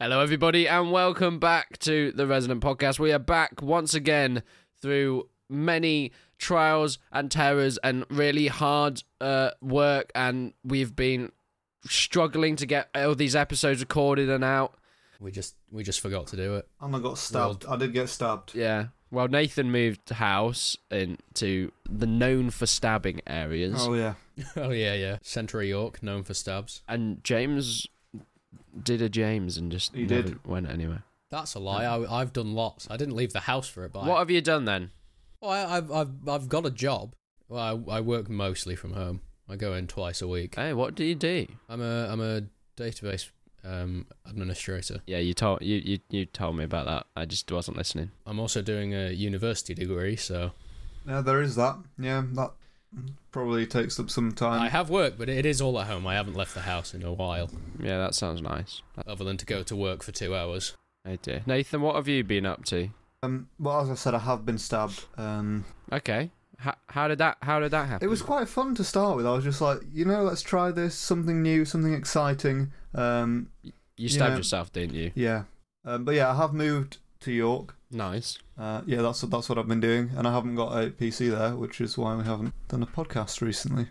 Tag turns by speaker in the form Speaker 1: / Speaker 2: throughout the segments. Speaker 1: Hello, everybody, and welcome back to the Resident Podcast. We are back once again through many trials and terrors and really hard uh, work, and we've been struggling to get all these episodes recorded and out.
Speaker 2: We just we just forgot to do it.
Speaker 3: And I got stabbed. I did get stabbed.
Speaker 1: Yeah. Well, Nathan moved house into the known for stabbing areas,
Speaker 3: Oh yeah.
Speaker 2: Oh yeah, yeah. Central York, known for stabs.
Speaker 1: and James did a James and just
Speaker 3: He
Speaker 1: never
Speaker 3: did.
Speaker 1: went anywhere.
Speaker 2: That's a lie. I, I've done lots. I didn't leave the house for it, but
Speaker 1: What
Speaker 2: I,
Speaker 1: have you done then?
Speaker 2: well, I, I've I've I've got a job. Well, I, I work mostly from home. I go in twice a week.
Speaker 1: Hey, what do you do?
Speaker 2: I'm a I'm a database um, administrator.
Speaker 1: Yeah, you told you, you you told me about that. I just wasn't listening.
Speaker 2: I'm also doing a university degree, so
Speaker 3: Yeah, there is that. Yeah, that probably takes up some
Speaker 2: I
Speaker 3: time.
Speaker 2: have work, but it is all at home. I haven't left the house in a while,
Speaker 1: Yeah, that sounds nice.
Speaker 2: other than to go to work for two hours.
Speaker 1: Oh dear, Nathan, what have you been up to?
Speaker 3: Um, well, as I said, I have been stabbed. Um,
Speaker 1: Okay, how, how did that how did that happen?
Speaker 3: it was quite fun to start with. I was just like, you know, let's try this, something new, something exciting. Um,
Speaker 1: you stabbed
Speaker 3: yeah.
Speaker 1: yourself, didn't you?
Speaker 3: yeah. Um, but yeah, I have moved to York.
Speaker 1: Nice.
Speaker 3: Uh, yeah, that's that's what I've been doing, and I haven't got a PC there, which is why we haven't done a podcast recently.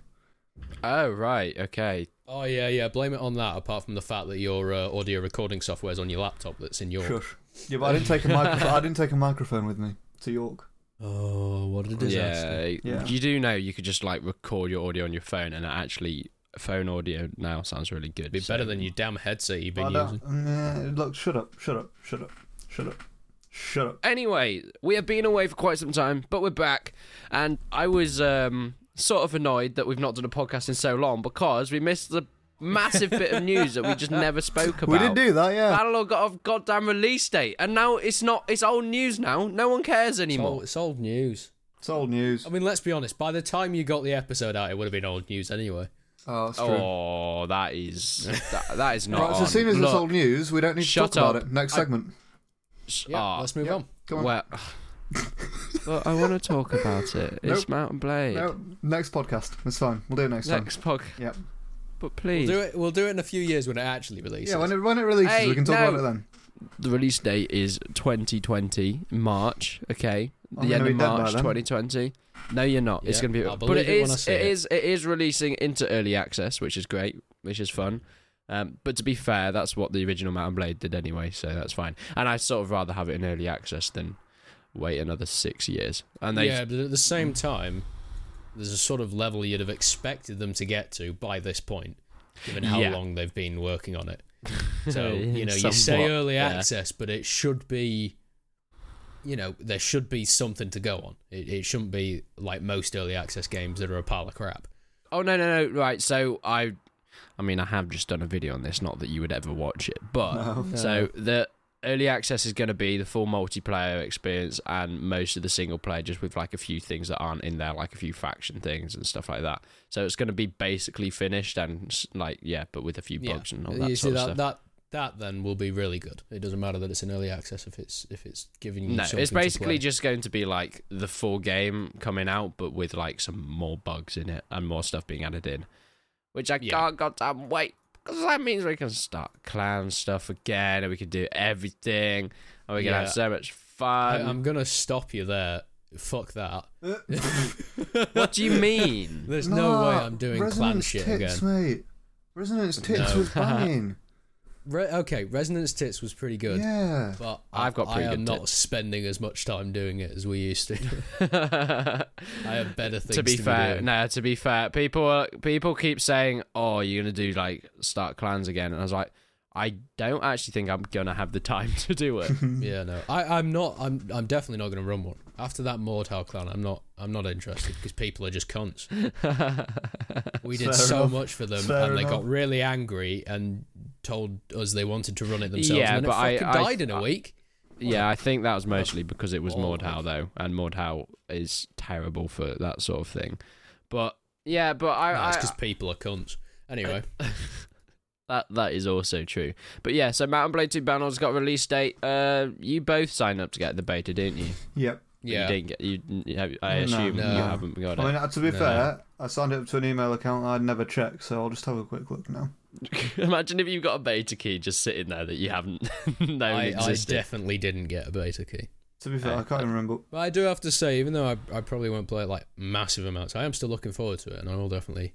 Speaker 1: Oh right, okay.
Speaker 2: Oh yeah, yeah. Blame it on that. Apart from the fact that your uh, audio recording software's on your laptop that's in York.
Speaker 3: Shush. Yeah, but I didn't take a micro- I didn't take a microphone with me to York.
Speaker 2: Oh, what a disaster!
Speaker 1: Yeah,
Speaker 3: Yeah.
Speaker 1: you do know you could just like record your audio on your phone, and actually, phone audio now sounds really good.
Speaker 2: Be
Speaker 1: so-
Speaker 2: better than your damn headset you've been
Speaker 3: I don't-
Speaker 2: using.
Speaker 3: Nah, look, shut up, shut up, shut up, shut up, shut up.
Speaker 1: Anyway, we have been away for quite some time, but we're back, and I was um, sort of annoyed that we've not done a podcast in so long because we missed the massive bit of news that we just never spoke about.
Speaker 3: We did do that, yeah.
Speaker 1: Battlelog got a goddamn release date, and now it's not. It's old news now. No one cares
Speaker 2: It's
Speaker 1: anymore.
Speaker 2: old, it's old news.
Speaker 3: It's old news.
Speaker 2: I
Speaker 1: Um,
Speaker 2: mean, let's be honest. By the time you got the episode out, it would have been old news anyway.
Speaker 3: Oh, that's true.
Speaker 1: Oh, that is that, that is not.
Speaker 3: Right, so
Speaker 1: on.
Speaker 3: as soon as
Speaker 1: Look,
Speaker 3: it's old news, we don't need to
Speaker 1: shut
Speaker 3: talk about
Speaker 1: up.
Speaker 3: it. Next
Speaker 1: I-
Speaker 3: segment.
Speaker 1: s-
Speaker 2: Yeah,
Speaker 1: ah,
Speaker 2: let's move
Speaker 3: yeah.
Speaker 2: on.
Speaker 3: Come on.
Speaker 1: well, Look, I want to talk about it. It's Mountain Blade.
Speaker 3: No, next podcast. It's fine. We'll do it next, time.
Speaker 1: Next podcast.
Speaker 3: Yep.
Speaker 1: But
Speaker 2: We'll
Speaker 1: please,
Speaker 2: do it. We'll do it in a few years when it actually releases.
Speaker 3: Yeah, when it when it releases,
Speaker 1: Hey,
Speaker 3: we can talk
Speaker 1: no.
Speaker 3: about it then.
Speaker 1: the release date is 2020 March. Okay,
Speaker 3: I'm
Speaker 1: the end
Speaker 3: gonna
Speaker 1: of
Speaker 3: be dead by
Speaker 1: March
Speaker 3: then.
Speaker 1: 2020. No, you're not. It's
Speaker 2: Yeah,
Speaker 1: going to be.
Speaker 2: I'll
Speaker 1: but
Speaker 2: believe
Speaker 1: it
Speaker 2: it when I
Speaker 1: is.
Speaker 2: see
Speaker 1: It
Speaker 2: it.
Speaker 1: is. It is releasing into early access, which is great, which is fun. Um, but to be fair, that's what the original Mountain Blade did anyway, so that's fine. And I sort of rather have it in early access than wait another six years. And they
Speaker 2: yeah, but at the same time, there's a sort of level you'd have expected them to get to by this point, given how
Speaker 1: Yeah.
Speaker 2: long they've been working on it. So you know, you
Speaker 1: Somewhat,
Speaker 2: say uh, early
Speaker 1: yeah.
Speaker 2: access, but it should be, you know, there should be something to go on. It, it shouldn't be like most early access games that are a pile of crap.
Speaker 1: Oh no no no! Right, so I, I mean, I have just done a video on this. Not that you would ever watch it, but so the early access is going to be the full multiplayer experience and most of the single player, just with like a few things that aren't in there, like a few faction things and stuff like that. So it's going to be basically finished and s- like yeah, but with a few bugs and all that
Speaker 2: you see
Speaker 1: sort of
Speaker 2: that,
Speaker 1: stuff.
Speaker 2: that that then will be really good. It doesn't matter that it's in early access if it's if it's giving you
Speaker 1: no,
Speaker 2: something
Speaker 1: it's
Speaker 2: to
Speaker 1: basically
Speaker 2: play.
Speaker 1: just going to be like the full game coming out, but with like some more bugs in it and more stuff being added in, which I
Speaker 2: Yeah.
Speaker 1: can't goddamn wait because that means we can start clan stuff again and we can do everything and we can
Speaker 2: Yeah.
Speaker 1: have so much
Speaker 2: I,
Speaker 1: fun.
Speaker 2: I'm gonna stop you there. Fuck that.
Speaker 1: what do you mean?
Speaker 2: There's no
Speaker 3: Nah,
Speaker 2: way I'm doing clan
Speaker 3: Resonance
Speaker 2: shit
Speaker 3: tits,
Speaker 2: again.
Speaker 3: mate. Resonance tits
Speaker 2: No.
Speaker 3: was banging.
Speaker 2: Re- okay, Resonance Tits was pretty good,
Speaker 3: yeah.
Speaker 2: but
Speaker 1: I've got
Speaker 2: I
Speaker 1: pretty
Speaker 2: am
Speaker 1: good
Speaker 2: not
Speaker 1: tits.
Speaker 2: spending as much time doing it as we used to. I have better things
Speaker 1: to be fair,
Speaker 2: doing.
Speaker 1: no. To be fair, people are- people keep saying, "Oh, you're gonna do like start clans again," and I was like, "I don't actually think I'm gonna have the time to do it."
Speaker 2: Yeah, no, I, I'm not. I'm I'm definitely not going to run one after that Mordhau clan. I'm not. I'm not interested because people are just cunts. We did
Speaker 3: Fair
Speaker 2: so
Speaker 3: enough.
Speaker 2: much for them,
Speaker 3: Fair
Speaker 2: and they got
Speaker 3: enough.
Speaker 2: really angry and told us they wanted to run it themselves.
Speaker 1: Yeah,
Speaker 2: and then
Speaker 1: but I-
Speaker 2: it fucking
Speaker 1: I-
Speaker 2: died in a
Speaker 1: I-
Speaker 2: week.
Speaker 1: Yeah, I think that was mostly because it was
Speaker 2: awful.
Speaker 1: Mordhau though, and Mordhau is terrible for that sort of thing. But yeah, but I,
Speaker 2: That's
Speaker 1: I-
Speaker 2: because people are cunts. Anyway,
Speaker 1: that that is also true. But yeah, so Mountain Blade Two Banner's got a release date. Uh, you both signed up to get the beta, didn't you?
Speaker 3: Yep.
Speaker 1: You
Speaker 2: Yeah.
Speaker 1: didn't get. You, you- I
Speaker 3: No.
Speaker 1: assume
Speaker 2: No.
Speaker 1: you haven't got
Speaker 3: I mean,
Speaker 1: it.
Speaker 3: uh, to be
Speaker 2: No.
Speaker 3: fair, I signed up to an email account I'd never checked, so I'll just have a quick look now.
Speaker 1: Imagine if you've got a beta key just sitting there that you haven't known
Speaker 2: I, I
Speaker 1: existed.
Speaker 2: definitely didn't get a beta key.
Speaker 3: To be fair,
Speaker 1: Uh,
Speaker 3: I can't even remember.
Speaker 2: But I do have to say, even though I, I probably won't play it like massive amounts, I am still looking forward to it, and I will definitely.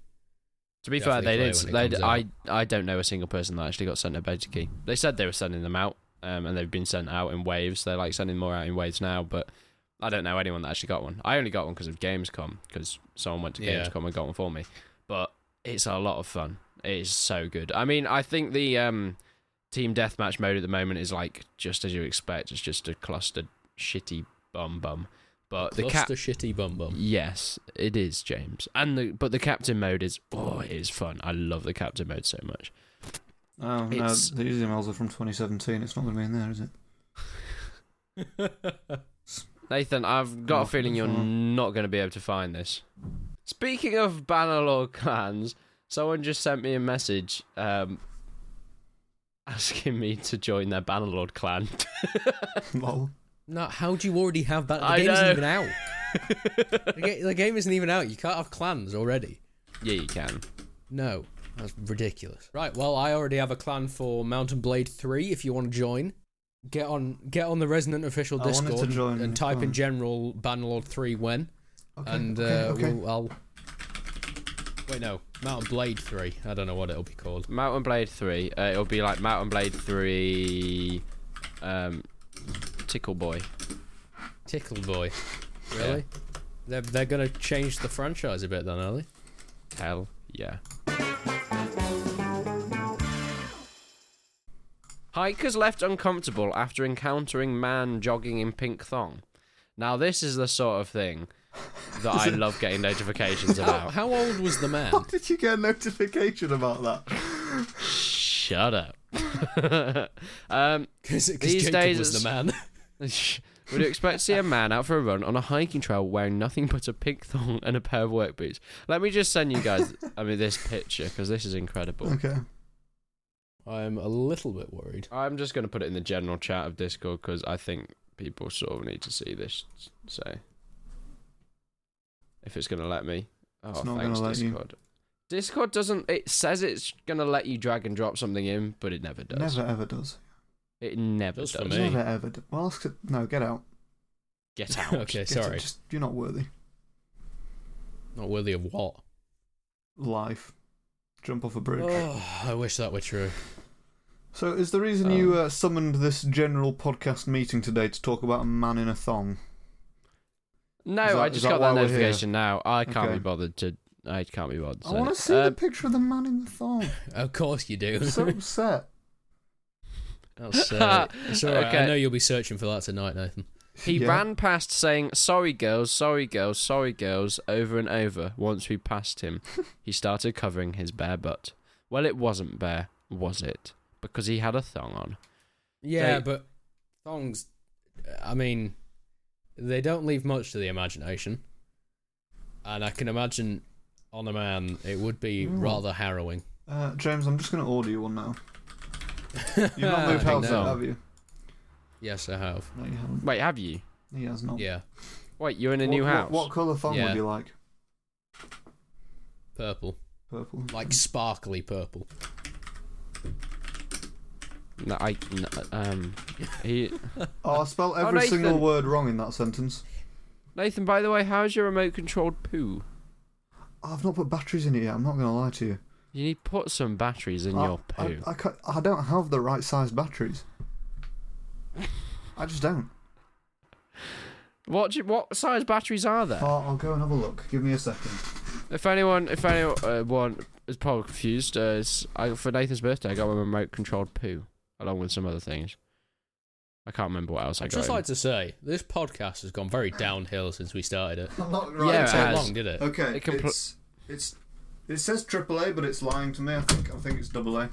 Speaker 1: to be fair, they
Speaker 2: definitely
Speaker 1: did.
Speaker 2: play when
Speaker 1: They,
Speaker 2: it comes
Speaker 1: I I don't know a single person that actually got sent a beta key. They said they were sending them out, um, and they've been sent out in waves. They're like sending more out in waves now, but I don't know anyone that actually got one. I only got one because of Gamescom because someone went to
Speaker 2: Yeah.
Speaker 1: Gamescom and got one for me. But it's a lot of fun. It is so good. I mean, I think the um, team deathmatch mode at the moment is like just as you expect. It's just a clustered shitty bum bum. But the cap
Speaker 2: Cluster shitty bum bum.
Speaker 1: Yes, it is, James. And the but the captain mode is oh, it is fun. I love the captain mode so much.
Speaker 3: Oh, no,
Speaker 1: It's-
Speaker 3: these emails are from 2017. It's not going to be in there, is it?
Speaker 1: Nathan, I've got
Speaker 3: Oh,
Speaker 1: a feeling you're
Speaker 3: fun.
Speaker 1: not going to be able to find this. Speaking of Bannerlord clans, someone just sent me a message um, asking me to join their Bannerlord clan.
Speaker 3: Lol.
Speaker 2: no, how do you already have that? The
Speaker 1: I
Speaker 2: game isn't
Speaker 1: know.
Speaker 2: even out. the, ga- the game isn't even out. You can't have clans already.
Speaker 1: yeah, you can.
Speaker 2: No, that's ridiculous. Right. Well, I already have a clan for Mountain Blade Three. If you want to join, get on get on the Resonant official
Speaker 3: I wanted to
Speaker 2: Discord
Speaker 3: join
Speaker 2: and type in
Speaker 3: one.
Speaker 2: general Bannerlord Three when,
Speaker 3: Okay,
Speaker 2: and uh,
Speaker 3: okay, okay.
Speaker 2: We'll, I'll. Wait, no, Mountain Blade Three. I don't know what it'll be called.
Speaker 1: Mountain Blade Three. Uh, it'll be like Mountain Blade Three, um, Tickle Boy.
Speaker 2: Tickle Boy. Really? They're they're gonna change the franchise a bit then, are they?
Speaker 1: Hell yeah. Hikers left uncomfortable after encountering man jogging in pink thong. Now this is the sort of thing that I love getting notifications
Speaker 2: How,
Speaker 1: about.
Speaker 2: how old was the man?
Speaker 3: How did you get a notification about that?
Speaker 1: Shut up. um,
Speaker 2: Because
Speaker 1: These
Speaker 2: Jacob
Speaker 1: days
Speaker 2: was
Speaker 1: it's-
Speaker 2: the man.
Speaker 1: Would you expect to see a man out for a run on a hiking trail wearing nothing but a pink thong and a pair of work boots? Let me just send you guys, I mean, this picture because this is incredible.
Speaker 3: Okay.
Speaker 2: I'm a little bit worried.
Speaker 1: I'm just going to put it in the general chat of Discord because I think people sort of need to see this. So, if it's going to let me, oh,
Speaker 3: It's not gonna
Speaker 1: thanks
Speaker 3: let you.
Speaker 1: Discord. Discord doesn't. It says it's going to let you drag and drop something in, but it never does.
Speaker 3: Never ever does.
Speaker 1: It never
Speaker 2: Does
Speaker 1: does.
Speaker 2: for Me.
Speaker 3: Never ever does. Well, that's 'cause- no, get out.
Speaker 1: Get out.
Speaker 2: okay,
Speaker 3: Get out.
Speaker 2: sorry.
Speaker 3: Just, you're not worthy.
Speaker 2: Not worthy of what?
Speaker 3: Life. Jump off a bridge.
Speaker 2: Oh, I wish that were true.
Speaker 3: So, is the reason you uh, summoned this general podcast meeting today to talk about a man in a thong?
Speaker 1: No,
Speaker 3: Is that-
Speaker 1: I
Speaker 3: is
Speaker 1: just
Speaker 3: that
Speaker 1: got that
Speaker 3: why we're here?
Speaker 1: notification now. I can't
Speaker 3: Okay.
Speaker 1: be bothered to. I can't be bothered. uh,
Speaker 3: I want to see
Speaker 1: um,
Speaker 3: the picture of the man in the thong.
Speaker 2: Of course you do.
Speaker 3: I'm so upset.
Speaker 2: That's, uh, it's all right. I
Speaker 1: Okay.
Speaker 2: know you'll be searching for that tonight, Nathan.
Speaker 1: He
Speaker 3: Yeah.
Speaker 1: ran past saying, Sorry, girls, sorry, girls, sorry, girls, over and over. Once we passed him, he started covering his bare butt. Well, it wasn't bare, was it? Because he had a thong on.
Speaker 2: Yeah,
Speaker 1: They-
Speaker 2: but thongs. I mean, they don't leave much to the imagination, and I can imagine on a man it would be
Speaker 3: Mm.
Speaker 2: rather harrowing.
Speaker 3: Uh, James, I'm just going to order you one now.
Speaker 2: You've
Speaker 3: You've not moved house
Speaker 1: no.
Speaker 3: yet, have you?
Speaker 2: Yes, I have.
Speaker 3: No, you haven't.
Speaker 1: Wait, have you?
Speaker 3: He has not.
Speaker 2: Yeah,
Speaker 1: Wait, you're in a
Speaker 3: What-
Speaker 1: new
Speaker 3: what,
Speaker 1: house?
Speaker 3: What, colour thong
Speaker 2: Yeah.
Speaker 3: would you like?
Speaker 2: purple,
Speaker 3: Purple.
Speaker 2: like sparkly purple.
Speaker 1: No, I. no, um, he,
Speaker 3: Oh, I spelled
Speaker 1: Oh,
Speaker 3: every single
Speaker 1: Nathan.
Speaker 3: word wrong in that sentence.
Speaker 1: Nathan, by the way, how's your remote controlled poo?
Speaker 3: I've not put batteries in it yet. I'm not going to lie to you.
Speaker 1: You need to put some batteries in
Speaker 3: Uh, I,
Speaker 1: your poo.
Speaker 3: I, I, can't- I don't have the right size batteries. I just don't.
Speaker 1: What, do you- what size batteries are there?
Speaker 3: Oh, I'll go and have a look. Give me a second.
Speaker 1: If anyone, if anyone uh, one is probably confused, uh, it's, I, for Nathan's birthday, I got my remote controlled poo along with some other things. I can't remember what else I,
Speaker 2: I'd
Speaker 1: got.
Speaker 2: just
Speaker 1: him.
Speaker 2: like to say this podcast has gone very downhill since we started it.
Speaker 3: I'm not
Speaker 1: Yeah,
Speaker 3: right.
Speaker 1: it
Speaker 2: Didn't
Speaker 3: so-
Speaker 2: take
Speaker 1: has.
Speaker 2: long, did it?
Speaker 3: Okay,
Speaker 1: It can pl-
Speaker 3: it's it's it says AAA, but it's lying to me. I think I think it's AA.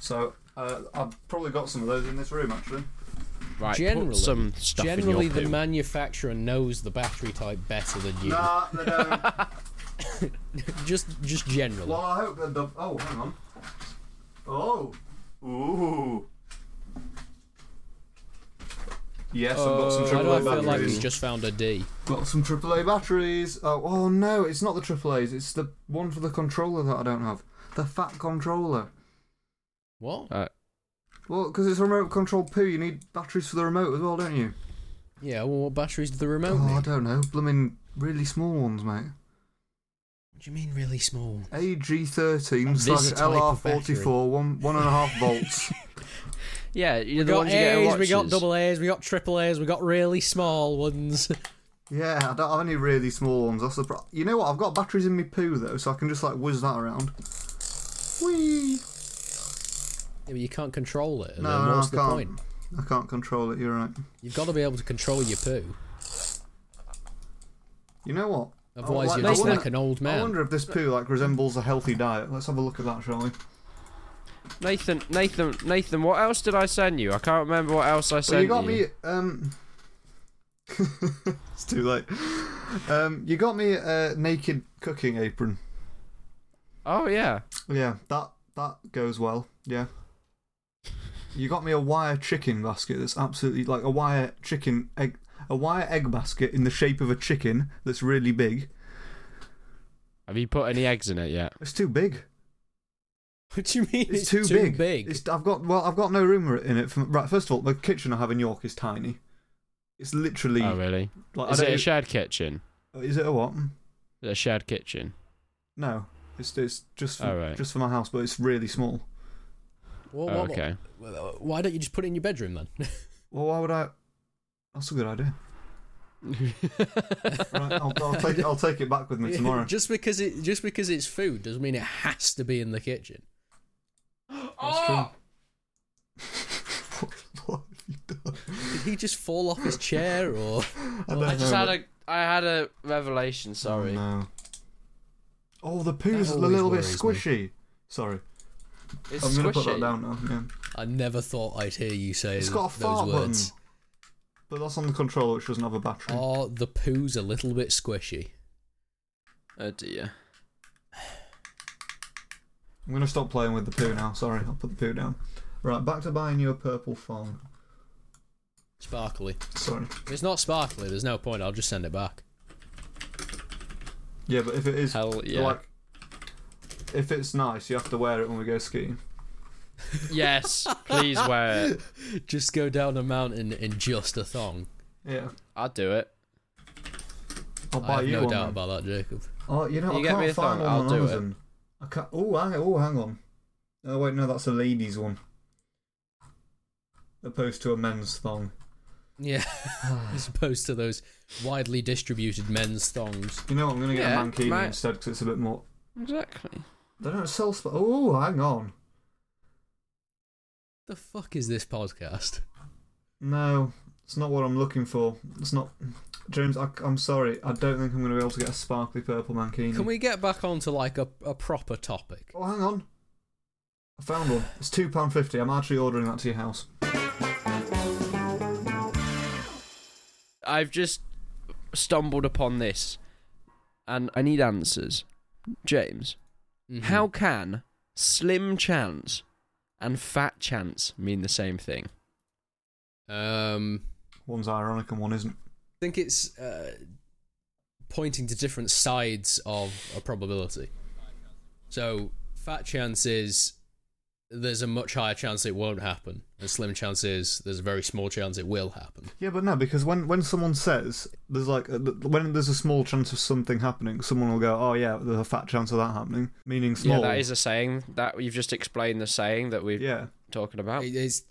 Speaker 3: So uh, I've probably got some of those in this room actually.
Speaker 1: right,
Speaker 2: generally-
Speaker 1: put some stuff
Speaker 2: Generally,
Speaker 1: in your
Speaker 2: the
Speaker 1: poo.
Speaker 2: manufacturer knows the battery type better than you.
Speaker 3: Nah, they don't.
Speaker 2: Just, just generally.
Speaker 3: well, I hope that the oh, hang on. Oh, ooh. Yes, I've got some
Speaker 1: Oh,
Speaker 2: Why do Uh, I
Speaker 3: AAA
Speaker 2: feel like
Speaker 3: batteries.
Speaker 2: he's just found a D?
Speaker 3: Got some AAA batteries. Oh, oh no, it's not the AAA's. It's the one for the controller that I don't have. The fat controller.
Speaker 2: What?
Speaker 3: Uh.
Speaker 1: Uh,
Speaker 3: Well, because it's a remote control poo, you need batteries for the remote as well, don't you?
Speaker 2: Yeah, well, what batteries do the remote
Speaker 3: Oh, I
Speaker 2: need?
Speaker 3: don't know. Blooming really small ones, mate.
Speaker 2: What do you mean really small?
Speaker 3: AG13
Speaker 2: This
Speaker 3: slash
Speaker 2: type of
Speaker 3: LR44, one, one and a half volts.
Speaker 1: Yeah, you know,
Speaker 2: We
Speaker 1: the
Speaker 2: got
Speaker 1: ones you get at
Speaker 2: A's, we got
Speaker 1: watches.
Speaker 2: double A's, we got triple A's, we got really small ones.
Speaker 3: Yeah, I don't have any really small ones. That's the pro- You know what? I've got batteries in my poo, though, so I can just, like, whiz that around. Whee!
Speaker 2: Yeah, but you can't control it. and
Speaker 3: No,
Speaker 2: then
Speaker 3: no, I
Speaker 2: what's the
Speaker 3: can't.
Speaker 2: point?
Speaker 3: I can't control it, you're right.
Speaker 2: You've got to be able to control your poo.
Speaker 3: You know what?
Speaker 2: Otherwise,
Speaker 3: like-
Speaker 2: you're
Speaker 3: I
Speaker 2: just
Speaker 3: wonder-
Speaker 2: like an old
Speaker 3: I
Speaker 2: man.
Speaker 3: wonder if this poo, like, resembles a healthy diet. Let's have a look at that, shall we?
Speaker 1: Nathan, Nathan, Nathan, what else did I send you? I can't remember what else I
Speaker 3: Well,
Speaker 1: sent
Speaker 3: you got me. Um, it's too late. Um, you got me a naked cooking apron.
Speaker 1: Oh yeah.
Speaker 3: Yeah, that that goes well. Yeah. You got me a wire chicken basket that's absolutely like a wire chicken egg, a wire egg basket in the shape of a chicken that's really big.
Speaker 1: Have you put any eggs in it yet?
Speaker 3: It's too big.
Speaker 2: What do you mean?
Speaker 3: It's, too, big. It's, I've got well, I've got no room in it. For, right, first of all, the kitchen I have in York is tiny. It's literally
Speaker 1: Oh really?
Speaker 3: like
Speaker 1: Is
Speaker 3: I
Speaker 1: it
Speaker 3: don't, e,
Speaker 1: a shared kitchen?
Speaker 3: is it a what?
Speaker 1: Is it a shared kitchen?
Speaker 3: No, it's it's just for,
Speaker 1: Oh, right.
Speaker 3: just for my house, but it's really small.
Speaker 2: Well,
Speaker 1: Oh,
Speaker 2: what-
Speaker 1: okay.
Speaker 2: what- Why don't you just put it in your bedroom then?
Speaker 3: Well, why would I? That's a good idea. Right, I'll, I'll take it. I'll take it back with me tomorrow.
Speaker 2: just because it just because it's food doesn't mean it has to be in the kitchen.
Speaker 3: That's true.
Speaker 2: Oh!
Speaker 3: what, what have you done?
Speaker 2: Did he just fall off his chair or?
Speaker 3: I,
Speaker 1: I just had a I had a revelation. Sorry.
Speaker 3: Oh, no. oh the poo's
Speaker 2: That
Speaker 3: a
Speaker 2: always
Speaker 3: little bit
Speaker 2: worries
Speaker 3: squishy. Sorry,
Speaker 1: It's
Speaker 3: I'm gonna put that
Speaker 1: squishy.
Speaker 3: down now. Yeah.
Speaker 2: I never thought I'd hear you say
Speaker 3: It's got a
Speaker 2: those
Speaker 3: fart
Speaker 2: words. Oh.
Speaker 3: button, but that's on the controller, which doesn't have a battery.
Speaker 2: Or the poo's a little bit squishy.
Speaker 1: Oh dear.
Speaker 3: I'm gonna stop playing with the poo now. Sorry, I'll put the poo down. Right, back to buying you a purple phone.
Speaker 2: Sparkly.
Speaker 3: Sorry.
Speaker 2: If it's not sparkly, there's no point. I'll just send it back.
Speaker 3: Yeah, but if it is
Speaker 1: Hell yeah.
Speaker 3: Like, if it's nice, you have to wear it when we go skiing.
Speaker 1: Yes. Please wear it.
Speaker 2: Just go down a mountain in just a thong.
Speaker 3: Yeah,
Speaker 1: I'll do it.
Speaker 3: I'll
Speaker 2: I
Speaker 3: buy
Speaker 2: have
Speaker 3: you
Speaker 2: no
Speaker 3: one.
Speaker 2: doubt
Speaker 3: then.
Speaker 2: about that, Jacob.
Speaker 3: Oh, you know,
Speaker 1: You
Speaker 3: I
Speaker 1: get
Speaker 3: can't
Speaker 1: me a thong,
Speaker 3: find one
Speaker 1: I'll
Speaker 3: on
Speaker 1: do it.
Speaker 3: Amazon. I can't. Oh, hang, oh, hang on. Oh wait, no, that's a ladies' one, opposed to a men's thong.
Speaker 2: Yeah, as opposed to those widely distributed men's thongs.
Speaker 3: You know, what, I'm gonna get
Speaker 1: Yeah,
Speaker 3: a mankini
Speaker 1: right.
Speaker 3: instead because it's a bit more.
Speaker 1: Exactly.
Speaker 3: They don't sell. Sp- oh, hang on.
Speaker 2: The fuck is this podcast?
Speaker 3: No, it's not what I'm looking for. It's not. James, I, am sorry. I don't think I'm gonna be able to get a sparkly purple mankini.
Speaker 2: Can we get back onto like a, a proper topic?
Speaker 3: Oh, hang on. I found one. It's two pound fifty. I'm actually ordering that to your house.
Speaker 1: I've just stumbled upon this, and I need answers. James,
Speaker 2: Mhm.
Speaker 1: how can slim chance and fat chance mean the same thing? Mm-hmm.
Speaker 2: Um,
Speaker 3: One's ironic and one isn't.
Speaker 2: I think it's uh, pointing to different sides of a probability. So, fat chance is there's a much higher chance it won't happen, and slim chance is there's a very small chance it will happen.
Speaker 3: Yeah, but no, because when when someone says there's like a, when there's a small chance of something happening, someone will go, "Oh yeah, there's a fat chance of that happening," meaning small.
Speaker 1: Yeah, that is a saying that you've just explained the saying that we're
Speaker 3: Yeah.
Speaker 1: talking about.
Speaker 2: It is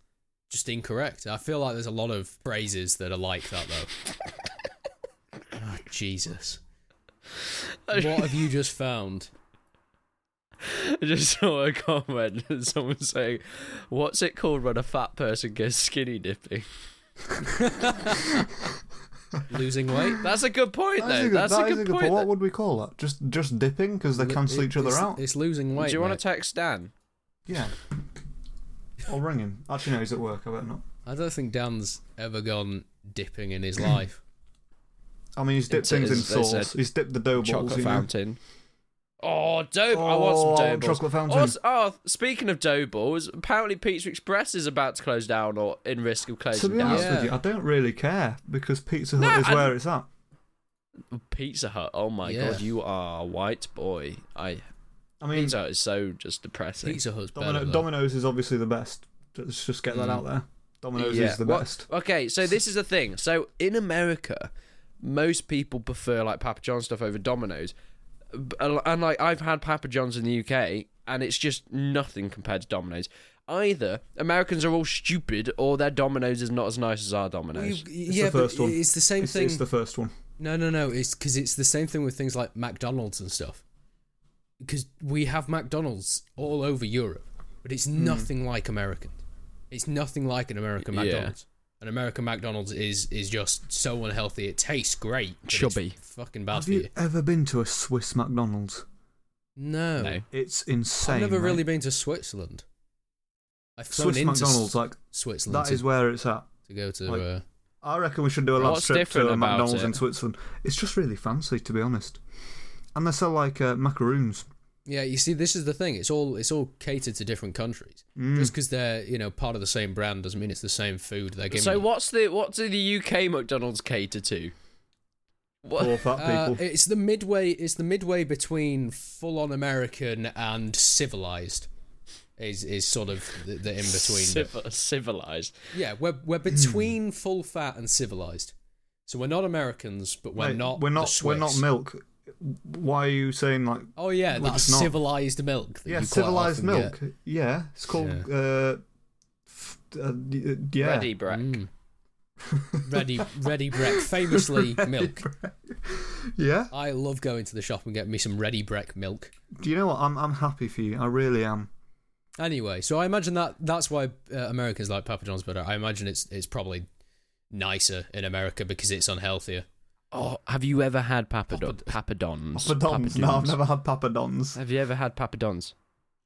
Speaker 2: just incorrect. I feel like there's a lot of phrases that are like that, though. oh, Jesus. What have you just found?
Speaker 1: I just saw a comment and someone saying, "What's it called when a fat person goes skinny dipping?"
Speaker 2: Losing weight?
Speaker 1: That's a good point,
Speaker 3: That is
Speaker 1: though. That's
Speaker 3: that
Speaker 1: a
Speaker 3: is
Speaker 1: good
Speaker 3: but
Speaker 1: point.
Speaker 3: What would we call that? Just just dipping because they cancel
Speaker 2: It-
Speaker 3: each other
Speaker 2: it's-
Speaker 3: out.
Speaker 2: It's losing
Speaker 1: though.
Speaker 2: weight.
Speaker 1: Do you want
Speaker 2: mate.
Speaker 1: to text Dan?
Speaker 3: Yeah. I'll ring him. Actually, no, he's at work. I bet not.
Speaker 2: I don't think Dan's ever gone dipping in his life.
Speaker 3: I mean, he's
Speaker 1: It's-
Speaker 3: dipped things in
Speaker 1: it's- they
Speaker 3: sauce.
Speaker 1: said
Speaker 3: He's dipped the dough balls.
Speaker 1: Chocolate
Speaker 3: You know?
Speaker 1: fountain. Oh, dough! I want some
Speaker 3: Oh,
Speaker 1: dough balls.
Speaker 3: chocolate fountain.
Speaker 1: Also- oh, speaking of dough balls, apparently Pizza Express is about to close down or in risk of
Speaker 3: To
Speaker 1: closing
Speaker 3: be
Speaker 1: down.
Speaker 3: honest
Speaker 2: Yeah.
Speaker 3: with you, I don't really care because Pizza Hut
Speaker 1: No,
Speaker 3: is
Speaker 1: I-
Speaker 3: where it's at.
Speaker 1: Pizza Hut. Oh my
Speaker 2: Yeah.
Speaker 1: god, you are a white boy. I
Speaker 3: I mean,
Speaker 1: Pizza Hut is so just depressing.
Speaker 2: Pizza Hut's
Speaker 3: Domino-
Speaker 2: better. though.
Speaker 3: Domino's is obviously the best. Let's just get that
Speaker 2: Mm.
Speaker 3: out there. Domino's
Speaker 1: Yeah.
Speaker 3: is the
Speaker 1: Well,
Speaker 3: best.
Speaker 1: Okay, so this is the thing. So in America, most people prefer like Papa John stuff over Domino's, B- and like I've had Papa John's in the UK, and it's just nothing compared to Domino's. Either Americans are all stupid, or their Domino's is not as nice as our
Speaker 2: You-
Speaker 1: Domino's.
Speaker 3: It's
Speaker 2: yeah,
Speaker 3: the first
Speaker 2: but
Speaker 3: one.
Speaker 2: it's the same
Speaker 3: it's,
Speaker 2: thing.
Speaker 3: It's the first one.
Speaker 2: No, no, no. It's because it's the same thing with things like McDonald's and stuff. Because we have McDonald's all over Europe, but it's
Speaker 3: Hmm.
Speaker 2: nothing like American. It's nothing like an American
Speaker 1: Yeah.
Speaker 2: McDonald's. An American McDonald's is is just so unhealthy. It tastes great. but it's
Speaker 1: Chubby.
Speaker 2: fucking bad
Speaker 3: Have
Speaker 2: for
Speaker 3: you
Speaker 2: you.
Speaker 3: ever been to a Swiss McDonald's?
Speaker 2: No,
Speaker 1: No.
Speaker 3: It's insane.
Speaker 2: I've never
Speaker 3: mate.
Speaker 2: really been to Switzerland. I've flown
Speaker 3: Swiss
Speaker 2: into
Speaker 3: McDonald's,
Speaker 2: S-
Speaker 3: like
Speaker 2: Switzerland
Speaker 3: that
Speaker 2: to,
Speaker 3: is where it's at.
Speaker 2: to go to.
Speaker 3: like-
Speaker 2: uh,
Speaker 3: I reckon we should do a last
Speaker 1: What's
Speaker 3: trip
Speaker 1: different
Speaker 3: to a
Speaker 1: about
Speaker 3: McDonald's
Speaker 1: it?
Speaker 3: in Switzerland. It's just really fancy, to be honest. And they sell like uh, macaroons.
Speaker 2: yeah, you see, this is the thing. It's all it's all catered to different countries.
Speaker 3: Mm.
Speaker 2: Just because they're you know part of the same brand doesn't mean it's the same food they're giving.
Speaker 1: So
Speaker 2: you.
Speaker 1: what's the what do the UK McDonald's cater to? What?
Speaker 3: Poor fat
Speaker 2: Uh,
Speaker 3: people.
Speaker 2: it's the midway. It's the midway between full-on American and civilized. Is is sort of the, the in between.
Speaker 1: Civ- civilized.
Speaker 2: yeah, we're we're between full fat and civilized. So we're not Americans, but we're
Speaker 3: Mate,
Speaker 2: not.
Speaker 3: We're
Speaker 2: the
Speaker 3: not. We're not
Speaker 2: Swiss.
Speaker 3: milk. Why are you saying like?
Speaker 2: Oh yeah,
Speaker 3: We're
Speaker 2: that's
Speaker 3: just not.
Speaker 2: civilized milk. That
Speaker 3: Yeah,
Speaker 2: you quite
Speaker 3: civilized
Speaker 2: often
Speaker 3: milk. Yeah, it's called.
Speaker 2: Yeah.
Speaker 3: Uh, f- uh, y- uh, yeah.
Speaker 1: Ready,
Speaker 2: Get.
Speaker 1: Breck.
Speaker 2: Mm. Ready, ready, Breck. Famously, milk.
Speaker 3: Yeah.
Speaker 2: I love going to the shop and getting me some ready Breck milk.
Speaker 3: Do you know what? I'm I'm happy for you. I really am.
Speaker 2: Anyway, so I imagine that that's why uh, Americans like Papa John's better. I imagine it's it's probably nicer in America because it's unhealthier.
Speaker 1: Oh, have you ever had papadons? Papadons.
Speaker 3: Papadons. No, I've
Speaker 1: Papadons.
Speaker 3: never had papadons.
Speaker 1: Have you ever had papadons?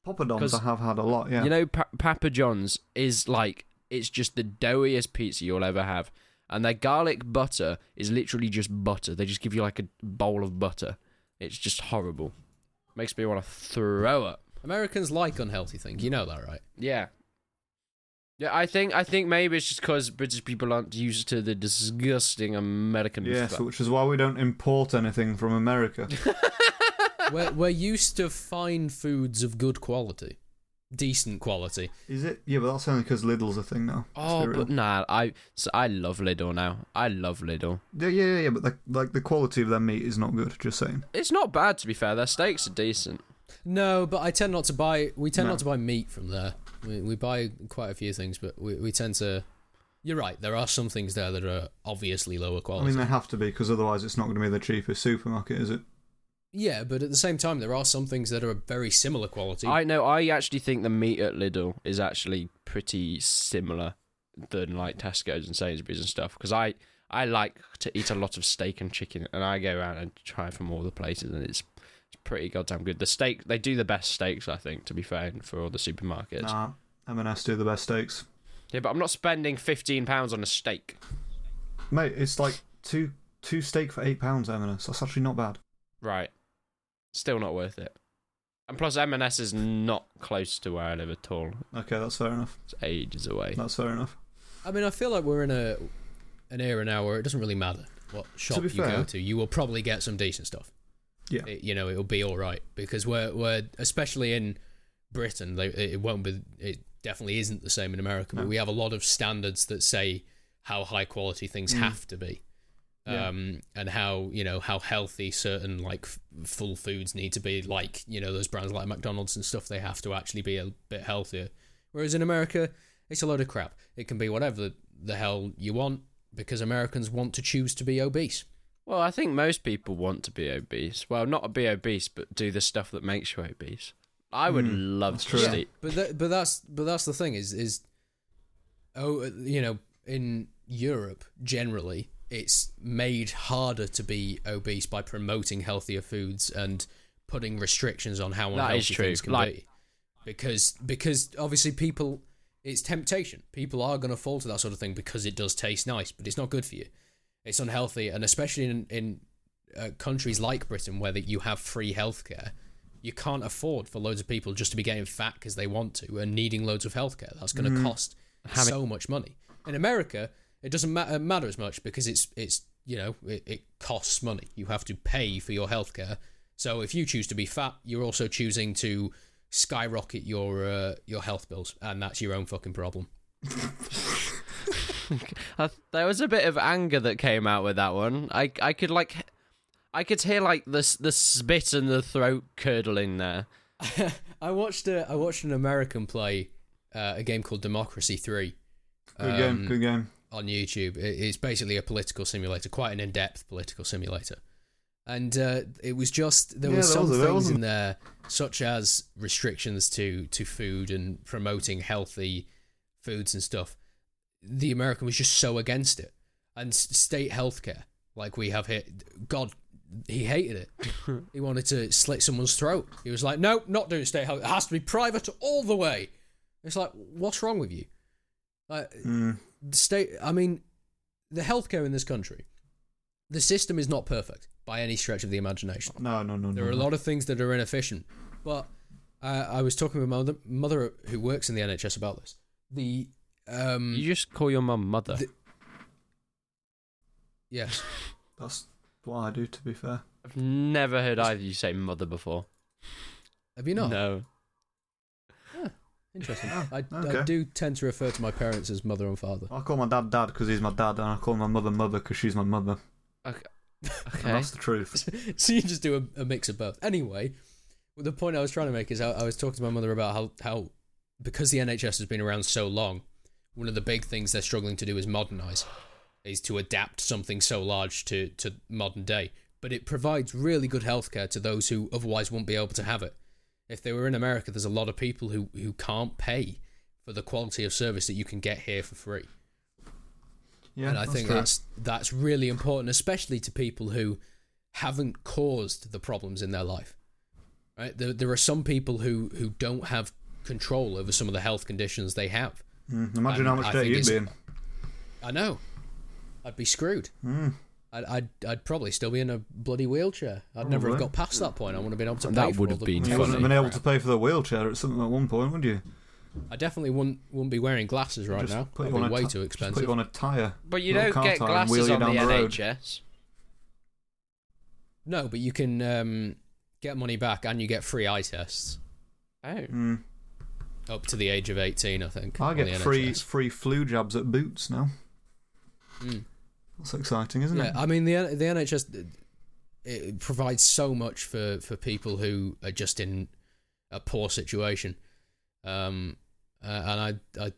Speaker 3: Papadons
Speaker 1: Uh, 'Cause-
Speaker 3: I have had a lot. Yeah.
Speaker 1: You know, pa- Papa John's is like it's just the doughiest pizza you'll ever have, and their garlic butter is literally just butter. They just give you like a bowl of butter. It's just horrible. Makes me want to throw up.
Speaker 2: Americans like unhealthy things. You know that, right?
Speaker 1: Yeah. Yeah, I think I think maybe it's just because British people aren't used to the disgusting American.
Speaker 3: yes,
Speaker 1: fu-
Speaker 3: which is why we don't import anything from America.
Speaker 2: We're we're used to fine foods of good quality, decent quality.
Speaker 3: Is it? Yeah, but that's only because Lidl's a thing now. let's
Speaker 1: Oh,
Speaker 3: be real.
Speaker 1: but nah, I so I love Lidl now. I love Lidl.
Speaker 3: yeah, yeah, yeah, yeah. But the, like the quality of their meat is not good. Just saying.
Speaker 1: It's not bad to be fair. Their steaks are decent.
Speaker 2: No, but I tend not to buy. We tend
Speaker 3: No.
Speaker 2: not to buy meat from there. We, we buy quite a few things, but we, we tend to. You're right. There are some things there that are obviously lower
Speaker 3: I
Speaker 2: quality.
Speaker 3: mean, they have to be because otherwise it's not going to be the cheapest supermarket, is it?
Speaker 2: yeah, but at the same time, there are some things that are very similar quality.
Speaker 1: I know. I actually think the meat at Lidl is actually pretty similar than like Tesco's and Sainsbury's and stuff. Because I I like to eat a lot of steak and chicken, and I go around and try from all the places, and it's it's pretty goddamn good. The steak they do the best steaks, I think. To be fair, for all the supermarkets.
Speaker 3: Nah, M&S do the best steaks,
Speaker 1: Yeah, but I'm not spending fifteen pounds on a steak.
Speaker 3: mate. It's like two two steak for eight pounds. M&S. That's actually not bad.
Speaker 1: Right. Still not worth it. And plus, M&S is not close to where I live at all.
Speaker 3: Okay, that's fair enough.
Speaker 1: It's ages away.
Speaker 3: That's fair enough.
Speaker 2: I mean, I feel like we're in a an era now where it doesn't really matter what shop
Speaker 3: be
Speaker 2: you go
Speaker 3: fair-
Speaker 2: to. You will probably get some decent stuff.
Speaker 3: Yeah.
Speaker 2: It- you know, it'll be all right because we're we're especially in Britain. They, it won't be. It definitely isn't the same in America. But
Speaker 3: No.
Speaker 2: we have a lot of standards that say how high quality things
Speaker 3: Mm.
Speaker 2: have to be.
Speaker 3: Yeah.
Speaker 2: Um, and how you know how healthy certain like f- full foods need to be, like you know those brands like McDonald's and stuff. They have to actually be a bit healthier. Whereas in America, it's a load of crap. It can be whatever the, the hell you want because Americans want to choose to be obese.
Speaker 1: Well, I think most people want to be obese. Well, not be obese, but do the stuff that makes you obese. I would
Speaker 3: Hmm,
Speaker 1: love
Speaker 3: that's
Speaker 1: to
Speaker 3: true.
Speaker 1: just
Speaker 3: Yeah.
Speaker 1: eat.
Speaker 2: But that, but that's but that's the thing is is oh you know in Europe generally it's made harder to be obese by promoting healthier foods and putting restrictions on how unhealthy
Speaker 1: is true.
Speaker 2: things can
Speaker 1: Like-
Speaker 2: be because because obviously people it's temptation people are going to fall to that sort of thing because it does taste nice but it's not good for you it's unhealthy and especially in in uh, countries like Britain where that you have free healthcare you can't afford for loads of people just to be getting fat because they want to and needing loads of healthcare. That's going to cost
Speaker 1: Having-
Speaker 2: so much money. In America, it doesn't ma- uh, matter as much because it's it's you know it, it costs money. You have to pay for your healthcare. So if you choose to be fat, you're also choosing to skyrocket your uh, your health bills, and that's your own fucking problem.
Speaker 1: I, there was a bit of anger that came out with that one. I I could like, I could hear like the s- the spit and the throat curdling there.
Speaker 2: I watched a, I watched an American play uh, a game called Democracy Three
Speaker 3: Good game,
Speaker 2: Um,
Speaker 3: good game.
Speaker 2: on YouTube. It- It's basically a political simulator, quite an in-depth political simulator. And uh, it was just there
Speaker 3: Yeah,
Speaker 2: were
Speaker 3: there
Speaker 2: some
Speaker 3: was- there
Speaker 2: things
Speaker 3: wasn't-
Speaker 2: in there, such as restrictions to to food and promoting healthy foods and stuff. The American was just so against it, and s- state healthcare like we have here. God, he hated it. he wanted to slit someone's throat. He was like, "No, not doing state health. It has to be private all the way." It's like, what's wrong with you? Like,
Speaker 3: Mm.
Speaker 2: the state i mean the healthcare in this country the system is not perfect by any stretch of the imagination
Speaker 3: No, no, no,
Speaker 2: there are a
Speaker 3: no.
Speaker 2: lot of things that are inefficient but uh, i was talking with my mother, mother who works in the nhs about this the
Speaker 3: Hmm.
Speaker 2: um
Speaker 1: You just call your mum mother.
Speaker 2: The- yes
Speaker 3: That's what I do, to be fair.
Speaker 1: I've never heard either of you say mother before.
Speaker 2: have you not
Speaker 1: No.
Speaker 2: interesting
Speaker 3: Oh,
Speaker 2: I, I
Speaker 3: okay.
Speaker 2: do tend to refer to my parents as mother and father
Speaker 3: I call my dad dad because he's my dad, and I call my mother mother because she's my mother. And
Speaker 1: Okay.
Speaker 3: that's the truth.
Speaker 2: so you just do a, a mix of both. Anyway, the point I was trying to make is I, I was talking to my mother about how, how because the NHS has been around so long, one of the big things they're struggling to do is modernise, is to adapt something so large to, to modern day. But it provides really good healthcare to those who otherwise wouldn't be able to have it. If they were in America, there's a lot of people who, who can't pay for the quality of service that you can get here for free
Speaker 3: Yeah,
Speaker 2: and I
Speaker 3: that's
Speaker 2: think
Speaker 3: true.
Speaker 2: that's that's really important, especially to people who haven't caused the problems in their life. Right? There, there are some people who who don't have control over some of the health conditions they have.
Speaker 3: Mm, imagine how
Speaker 2: and I
Speaker 3: much debt
Speaker 2: think
Speaker 3: you'd be
Speaker 2: it's-
Speaker 3: in.
Speaker 2: I know, I'd be screwed.
Speaker 3: Mm.
Speaker 2: I'd, I'd, I'd probably still be in a bloody wheelchair. I'd never have
Speaker 3: Probably.
Speaker 2: got past that point. I wouldn't have been able to.
Speaker 1: That
Speaker 2: pay for
Speaker 1: would
Speaker 2: all
Speaker 1: have
Speaker 2: the-
Speaker 1: been
Speaker 2: all the
Speaker 3: You wouldn't have been able to
Speaker 2: crap.
Speaker 3: pay for the wheelchair at something at one point, would you?
Speaker 2: I definitely wouldn't wouldn't be wearing glasses right
Speaker 3: Just
Speaker 2: now.
Speaker 3: put
Speaker 2: That'd
Speaker 3: you
Speaker 2: be
Speaker 3: on a
Speaker 2: way
Speaker 3: ti-
Speaker 2: too
Speaker 3: just Put
Speaker 2: expensive.
Speaker 3: you on a tyre.
Speaker 1: But you
Speaker 3: little
Speaker 1: don't
Speaker 3: car
Speaker 1: get
Speaker 3: tyre and wheel
Speaker 1: glasses
Speaker 3: you
Speaker 1: on the,
Speaker 3: down the road.
Speaker 1: NHS.
Speaker 2: No, but you can um, get money back and you get free eye tests
Speaker 1: Oh.
Speaker 3: Mm.
Speaker 2: up to the age of eighteen. I think.
Speaker 3: I
Speaker 2: on the
Speaker 3: get free
Speaker 2: NHS.
Speaker 3: free flu jabs at Boots now.
Speaker 2: Mm.
Speaker 3: That's exciting, isn't
Speaker 2: yeah,
Speaker 3: it?
Speaker 2: I mean the N- the NHS it provides so much for for people who are just in a poor situation, um, uh, and I I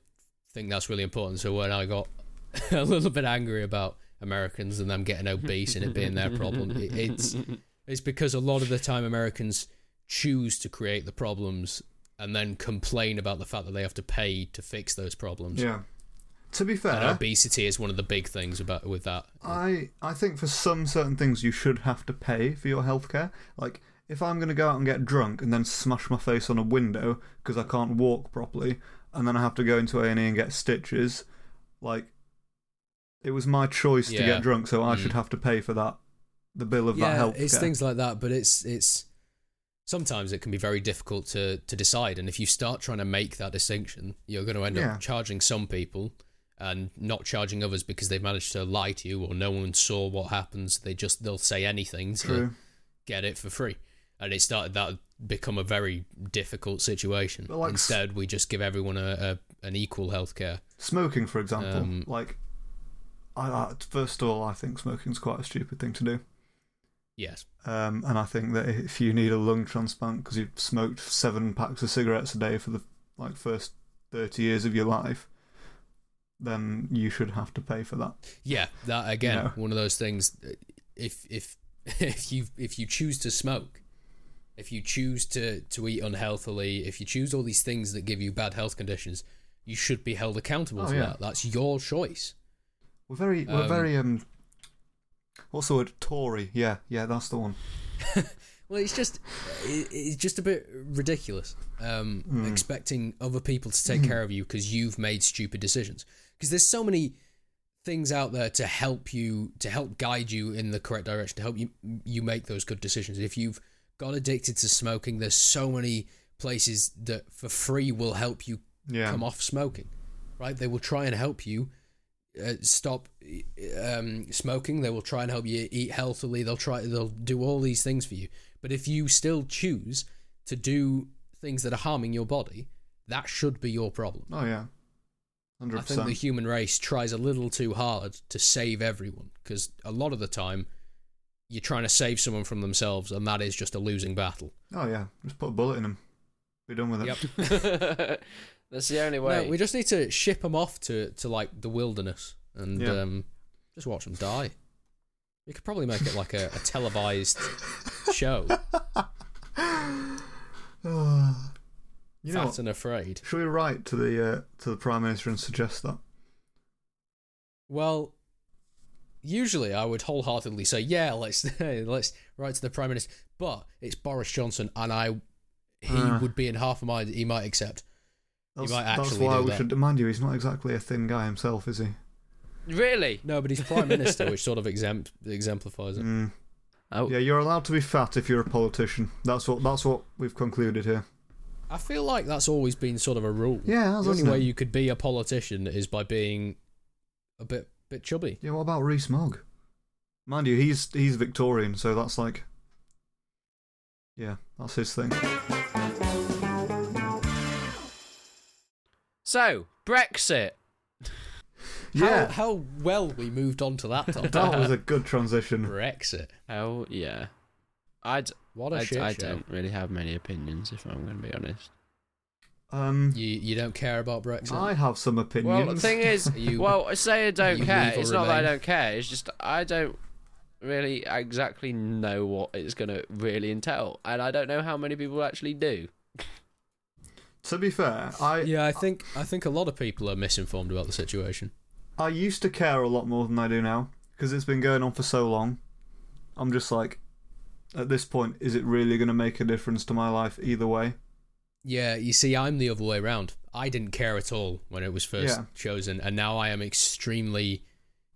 Speaker 2: think that's really important. So when I got a little bit angry about Americans and them getting obese and it being their problem, it, it's it's because a lot of the time Americans choose to create the problems and then complain about the fact that they have to pay to fix those problems.
Speaker 3: Yeah. To be fair,
Speaker 2: And obesity is one of the big things about with that.
Speaker 3: I I think for some certain things you should have to pay for your healthcare. Like if I'm going to go out and get drunk and then smash my face on a window because I can't walk properly, and then I have to go into A and E and get stitches, like it was my choice to
Speaker 2: Yeah.
Speaker 3: get drunk, so I
Speaker 2: Mm.
Speaker 3: should have to pay for that. The bill of that
Speaker 2: yeah,
Speaker 3: healthcare.
Speaker 2: it's things like that, but it's it's sometimes it can be very difficult to to decide. And if you start trying to make that distinction, you're going to end
Speaker 3: Yeah.
Speaker 2: up charging some people and not charging others because they've managed to lie to you or no one saw what happens. They just they'll say anything to
Speaker 3: True.
Speaker 2: get it for free, and it started that become a very difficult situation.
Speaker 3: But like s-
Speaker 2: Instead, we just give everyone a, a an equal healthcare.
Speaker 3: Smoking, for example,
Speaker 2: Um,
Speaker 3: like. I, I, first of all, I think smoking's quite a stupid thing to do.
Speaker 2: Yes,
Speaker 3: Um, and I think that if you need a lung transplant because you've smoked seven packs of cigarettes a day for the like first thirty years of your life, then you should have to pay for that.
Speaker 2: Yeah, that again,
Speaker 3: No.
Speaker 2: one of those things. uh, If if if you if you choose to smoke, if you choose to to eat unhealthily, if you choose all these things that give you bad health conditions, you should be held accountable
Speaker 3: Oh,
Speaker 2: for
Speaker 3: yeah.
Speaker 2: that. That's your choice.
Speaker 3: We're very, we're
Speaker 2: Um,
Speaker 3: very um. What's the word? Tory. Yeah, yeah, that's the one.
Speaker 2: Well, it's just it, it's just a bit ridiculous um, expecting other people to take care of you because you've made stupid decisions. Because there's so many things out there to help you, to help guide you in the correct direction, to help you you make those good decisions. If you've got addicted to smoking, there's so many places that for free will help you
Speaker 3: Yeah.
Speaker 2: come off smoking, right? They will try and help you uh, stop um, smoking. They will try and help you eat healthily. They'll try. They'll do all these things for you. But if you still choose to do things that are harming your body, that should be your problem.
Speaker 3: Oh yeah. Hundred
Speaker 2: I think the
Speaker 3: percent.
Speaker 2: human race tries a little too hard to save everyone because a lot of the time you're trying to save someone from themselves, and that is just a losing battle.
Speaker 3: Oh yeah. Just put a bullet in them. Be done with it.
Speaker 2: Yep.
Speaker 1: That's the only way.
Speaker 2: No, we just need to ship them off to, to like the wilderness and
Speaker 3: Yeah.
Speaker 2: um, just watch them die. We could probably make it like a, a televised show,
Speaker 3: Ah. you know,
Speaker 2: Fat
Speaker 3: what?
Speaker 2: and Afraid.
Speaker 3: should we write to the uh, to the prime minister and suggest that?
Speaker 2: Well, usually I would wholeheartedly say, yeah, let's let's write to the prime minister, but it's Boris Johnson, and I he
Speaker 3: Ah.
Speaker 2: would be in half a mind that he might accept.
Speaker 3: That's,
Speaker 2: might
Speaker 3: that's
Speaker 2: actually
Speaker 3: why
Speaker 2: do
Speaker 3: we
Speaker 2: that.
Speaker 3: should demand you. He's not exactly a thin guy himself, is he?
Speaker 1: really?
Speaker 2: No, but he's prime minister, which sort of exempt exemplifies it.
Speaker 3: Mm.
Speaker 1: Oh,
Speaker 3: Yeah, you're allowed to be fat if you're a politician. That's what that's what we've concluded here.
Speaker 2: I feel like that's always been sort of a rule.
Speaker 3: Yeah, that's
Speaker 2: the only
Speaker 3: isn't
Speaker 2: way
Speaker 3: it?
Speaker 2: you could be a politician is by being a bit bit chubby.
Speaker 3: Yeah, what about Reese Mogg? Mind you, he's he's Victorian, so that's like, yeah, that's his thing.
Speaker 1: So Brexit.
Speaker 3: Yeah,
Speaker 2: How, how well we moved on to that topic.
Speaker 3: that was a good transition.
Speaker 2: Brexit.
Speaker 1: Hell yeah. I'd,
Speaker 2: What a
Speaker 1: I,
Speaker 2: shit
Speaker 1: I
Speaker 2: show.
Speaker 1: don't really have many opinions, if I'm going to be honest.
Speaker 3: Um,
Speaker 2: You you don't care about Brexit.
Speaker 3: I have some opinions.
Speaker 1: Well, the thing is,
Speaker 2: You-
Speaker 1: well, I say I don't
Speaker 2: you
Speaker 1: care.
Speaker 2: leave or
Speaker 1: It's not that I
Speaker 2: remain?
Speaker 1: don't care. It's just I don't really exactly know what it's going to really entail, and I don't know how many people actually do.
Speaker 3: to be fair, I
Speaker 2: yeah, I think I think a lot of people are misinformed about the situation.
Speaker 3: I used to care a lot more than I do now because it's been going on for so long. I'm just like, at this point, is it really going to make a difference to my life either way?
Speaker 2: Yeah, you see, I'm the other way around. I didn't care at all when it was first
Speaker 3: Yeah.
Speaker 2: chosen, and now I am extremely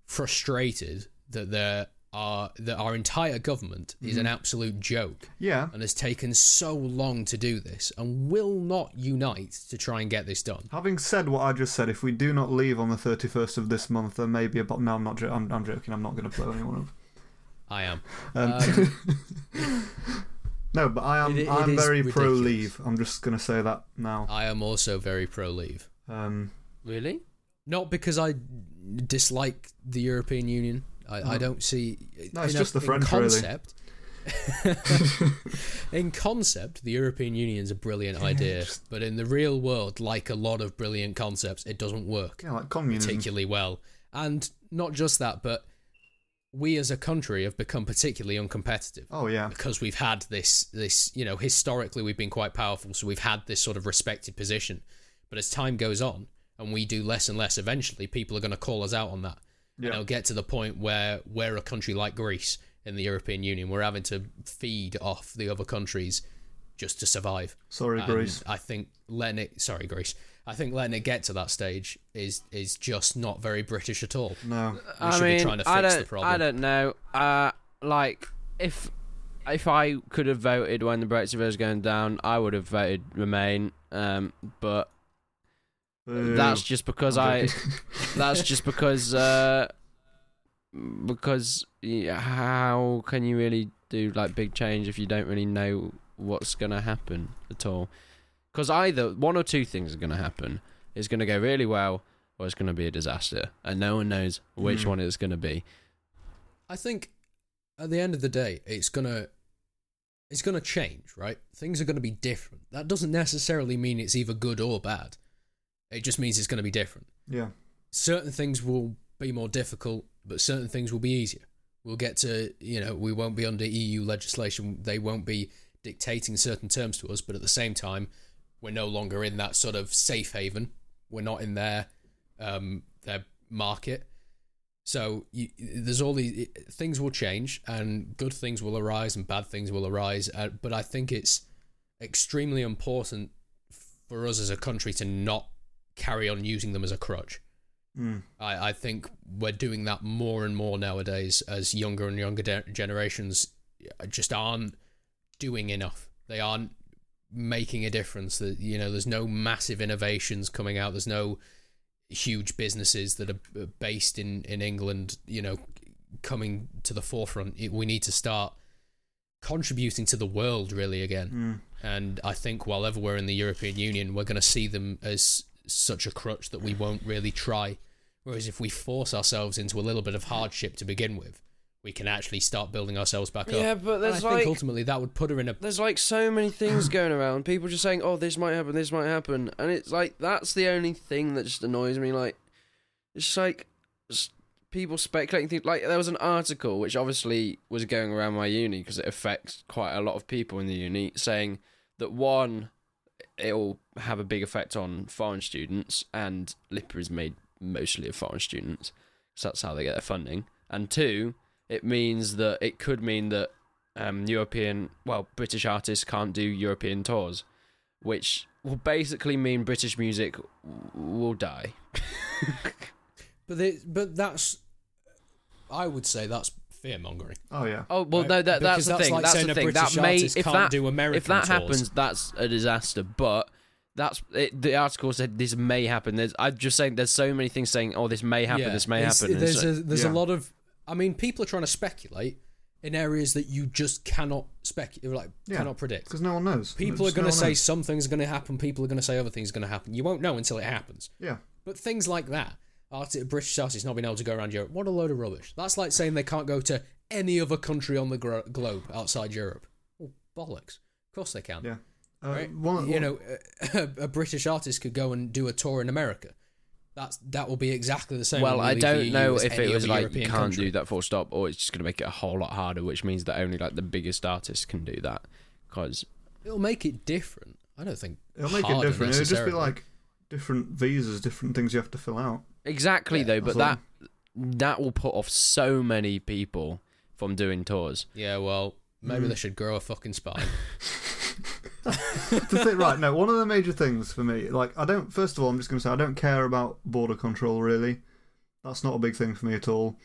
Speaker 2: frustrated that there are that our entire government is
Speaker 3: Mm-hmm.
Speaker 2: an absolute joke
Speaker 3: Yeah,
Speaker 2: and has taken so long to do this and will not unite to try and get this done.
Speaker 3: Having said what I just said, if we do not leave on the 31st of this month, there may be a. But no, I'm not. Jo- I'm, I'm joking. I'm not going to blow anyone
Speaker 2: I am.
Speaker 3: up. Um,
Speaker 2: Um,
Speaker 3: no, but I am.
Speaker 2: it- it
Speaker 3: I'm
Speaker 2: is
Speaker 3: very pro
Speaker 2: ridiculous.
Speaker 3: leave. I'm just going to say that now.
Speaker 2: I am also very pro leave.
Speaker 3: Um,
Speaker 1: Really?
Speaker 2: Not because I dislike the European Union. I, I don't see.
Speaker 3: No,
Speaker 2: you
Speaker 3: it's
Speaker 2: know,
Speaker 3: just the
Speaker 2: in
Speaker 3: French, really.
Speaker 2: concept, in concept, the European Union's a brilliant idea, but in the real world, like a lot of brilliant concepts, it doesn't work
Speaker 3: yeah, like communism.
Speaker 2: particularly well. And not just that, but we as a country have become particularly uncompetitive
Speaker 3: Oh yeah,
Speaker 2: because we've had this this you know historically we've been quite powerful so we've had this sort of respected position but as time goes on and we do less and less eventually people are going to call us out on that
Speaker 3: Yeah.
Speaker 2: and it'll get to the point where we're a country like greece in the european union we're having to feed off the other countries just to survive
Speaker 3: sorry,
Speaker 2: and
Speaker 3: Greece.
Speaker 2: I think letting it sorry, Greece. I think letting it get to that stage is is just not very British at all.
Speaker 3: No,
Speaker 2: We
Speaker 1: I
Speaker 2: should
Speaker 1: mean,
Speaker 2: be trying to fix
Speaker 1: I don't,
Speaker 2: the problem.
Speaker 1: I don't know. Uh, like if if I could have voted when the Brexit vote was going down, I would have voted Remain. Um, but
Speaker 3: Boo.
Speaker 1: that's just because
Speaker 3: I'm
Speaker 1: I.
Speaker 3: joking.
Speaker 1: That's just because uh, because y- how can you really do like big change if you don't really know what's gonna happen at all? Because either one or two things are gonna happen. It's gonna go really well, or it's gonna be a disaster, and no one knows which
Speaker 3: Mm.
Speaker 2: Hmm.
Speaker 1: one it's gonna be.
Speaker 2: I think at the end of the day, it's gonna it's gonna change, right? Things are gonna be different. That doesn't necessarily mean it's either good or bad. It just means it's gonna be different.
Speaker 3: yeah,
Speaker 2: Certain things will be more difficult, but certain things will be easier. We'll get to you know we won't be under EU legislation. They won't be dictating certain terms to us, but at the same time, we're no longer in that sort of safe haven. We're not in their um, their market. So you, there's all these things will change, and good things will arise, and bad things will arise. Uh, but I think it's extremely important for us as a country to not carry on using them as a crutch.
Speaker 3: Mm.
Speaker 2: I, I think we're doing that more and more nowadays as younger and younger de- generations just aren't doing enough. They aren't making a difference. That you know, there's no massive innovations coming out. There's no huge businesses that are based in in England. You know, coming to the forefront. It, we need to start contributing to the world really again.
Speaker 3: Mm.
Speaker 2: And I think while ever we're in the European Union, we're going to see them as such a crutch that we won't really try. Whereas if we force ourselves into a little bit of hardship to begin with, we can actually start building ourselves back
Speaker 1: Yeah,
Speaker 2: up.
Speaker 1: but
Speaker 2: And I
Speaker 1: there's
Speaker 2: think
Speaker 1: like
Speaker 2: ultimately that would put her in a.
Speaker 1: there's like so many things going around. People just saying, "Oh, this might happen, this might happen," and it's like that's the only thing that just annoys me. Like, it's just like s- people speculating things. Like there was an article which obviously was going around my uni because it affects quite a lot of people in the uni, saying that one, it'll have a big effect on foreign students, and Lipper is made mostly of foreign students, so that's how they get their funding. And two, it means that it could mean that um, European, well, British artists can't do European tours, which will basically mean British music w- will die.
Speaker 2: But they, but that's, I would say that's fear mongering.
Speaker 3: Oh yeah.
Speaker 1: Oh well,
Speaker 2: Right,
Speaker 1: no, that, that's
Speaker 2: because
Speaker 1: the
Speaker 2: that's
Speaker 1: thing.
Speaker 2: like
Speaker 1: that's
Speaker 2: saying
Speaker 1: the
Speaker 2: a
Speaker 1: thing. That
Speaker 2: British
Speaker 1: may
Speaker 2: artist
Speaker 1: if
Speaker 2: can't
Speaker 1: that
Speaker 2: do American
Speaker 1: if that
Speaker 2: tours.
Speaker 1: happens, that's a disaster. But that's it, the article said this may happen. There's, I'm just saying there's so many things saying oh this may happen, this may
Speaker 2: it's-
Speaker 1: happen. and
Speaker 2: There's
Speaker 1: so-
Speaker 2: a there's
Speaker 3: yeah.
Speaker 2: a lot of, I mean, people are trying to speculate in areas that you just cannot spec like
Speaker 3: Yeah.
Speaker 2: cannot predict.
Speaker 3: Because no one knows.
Speaker 2: People are
Speaker 3: Just
Speaker 2: going
Speaker 3: no
Speaker 2: to
Speaker 3: one
Speaker 2: say
Speaker 3: knows.
Speaker 2: something's going to happen. People are going to say other things going to happen. You won't know until it happens.
Speaker 3: Yeah.
Speaker 2: But things like that, art- British artists not being able to go around Europe, what a load of rubbish. That's like saying they can't go to any other country on the gro- globe outside Europe. Well, bollocks. Of course they can.
Speaker 3: Yeah. Uh,
Speaker 2: Right?
Speaker 3: one,
Speaker 2: you know, a, a British artist could go and do a tour in America. That's that will be exactly the same.
Speaker 1: well,
Speaker 2: when we
Speaker 1: I
Speaker 2: leave the
Speaker 1: don't
Speaker 2: EU
Speaker 1: know
Speaker 2: as
Speaker 1: if
Speaker 2: any
Speaker 1: it was
Speaker 2: other
Speaker 1: like
Speaker 2: European
Speaker 1: can't
Speaker 2: country.
Speaker 1: do that full stop, or it's just going to make it a whole lot harder, which means that only like the biggest artists can do that. Because
Speaker 2: It'll make it different. I don't think
Speaker 3: it'll make it
Speaker 2: harder
Speaker 3: different. It'll just be
Speaker 2: necessarily.
Speaker 3: like different visas, different things you have to fill out.
Speaker 1: exactly
Speaker 2: Yeah,
Speaker 1: though, but
Speaker 3: that's
Speaker 1: that that will put off so many people from doing tours.
Speaker 2: yeah. Well, maybe
Speaker 3: Mm.
Speaker 2: they should grow a fucking spine.
Speaker 3: to think, right, no, one of the major things for me, like, I don't, first of all, I'm just going to say, I don't care about border control, really. That's not a big thing for me at all.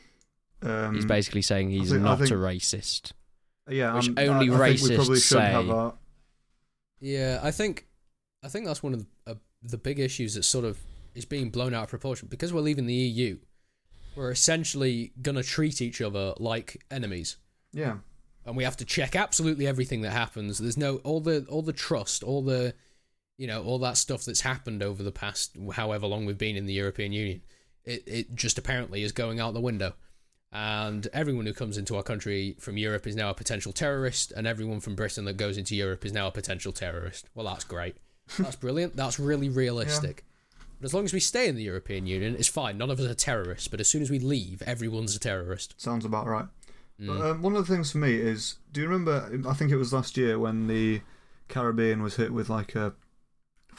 Speaker 3: Um,
Speaker 2: Mm.
Speaker 1: He's basically saying he's
Speaker 3: think- I
Speaker 1: not
Speaker 3: think-
Speaker 1: a racist.
Speaker 3: yeah,
Speaker 1: which
Speaker 3: I'm-
Speaker 1: only
Speaker 3: I, I think we probably
Speaker 1: racists
Speaker 3: shouldn't
Speaker 1: say.
Speaker 3: have that.
Speaker 2: yeah, I think I think that's one of the, uh, the big issues that sort of is being blown out of proportion because we're leaving the EU. We're essentially gonna treat each other like enemies.
Speaker 3: Yeah,
Speaker 2: and we have to check absolutely everything that happens. There's no all the all the trust, all the you know all that stuff that's happened over the past however long we've been in the European Union. It it just apparently is going out the window, and everyone who comes into our country from Europe is now a potential terrorist, and everyone from Britain that goes into Europe is now a potential terrorist. Well, that's great. That's brilliant. That's really realistic. But as long as we stay in the European Union, it's fine. None of us are terrorists. But as soon as we leave, everyone's a terrorist.
Speaker 3: sounds about right.
Speaker 1: Hmm.
Speaker 3: But, um, one of the things for me is, do you remember, I think it was last year when the Caribbean was hit with, like, a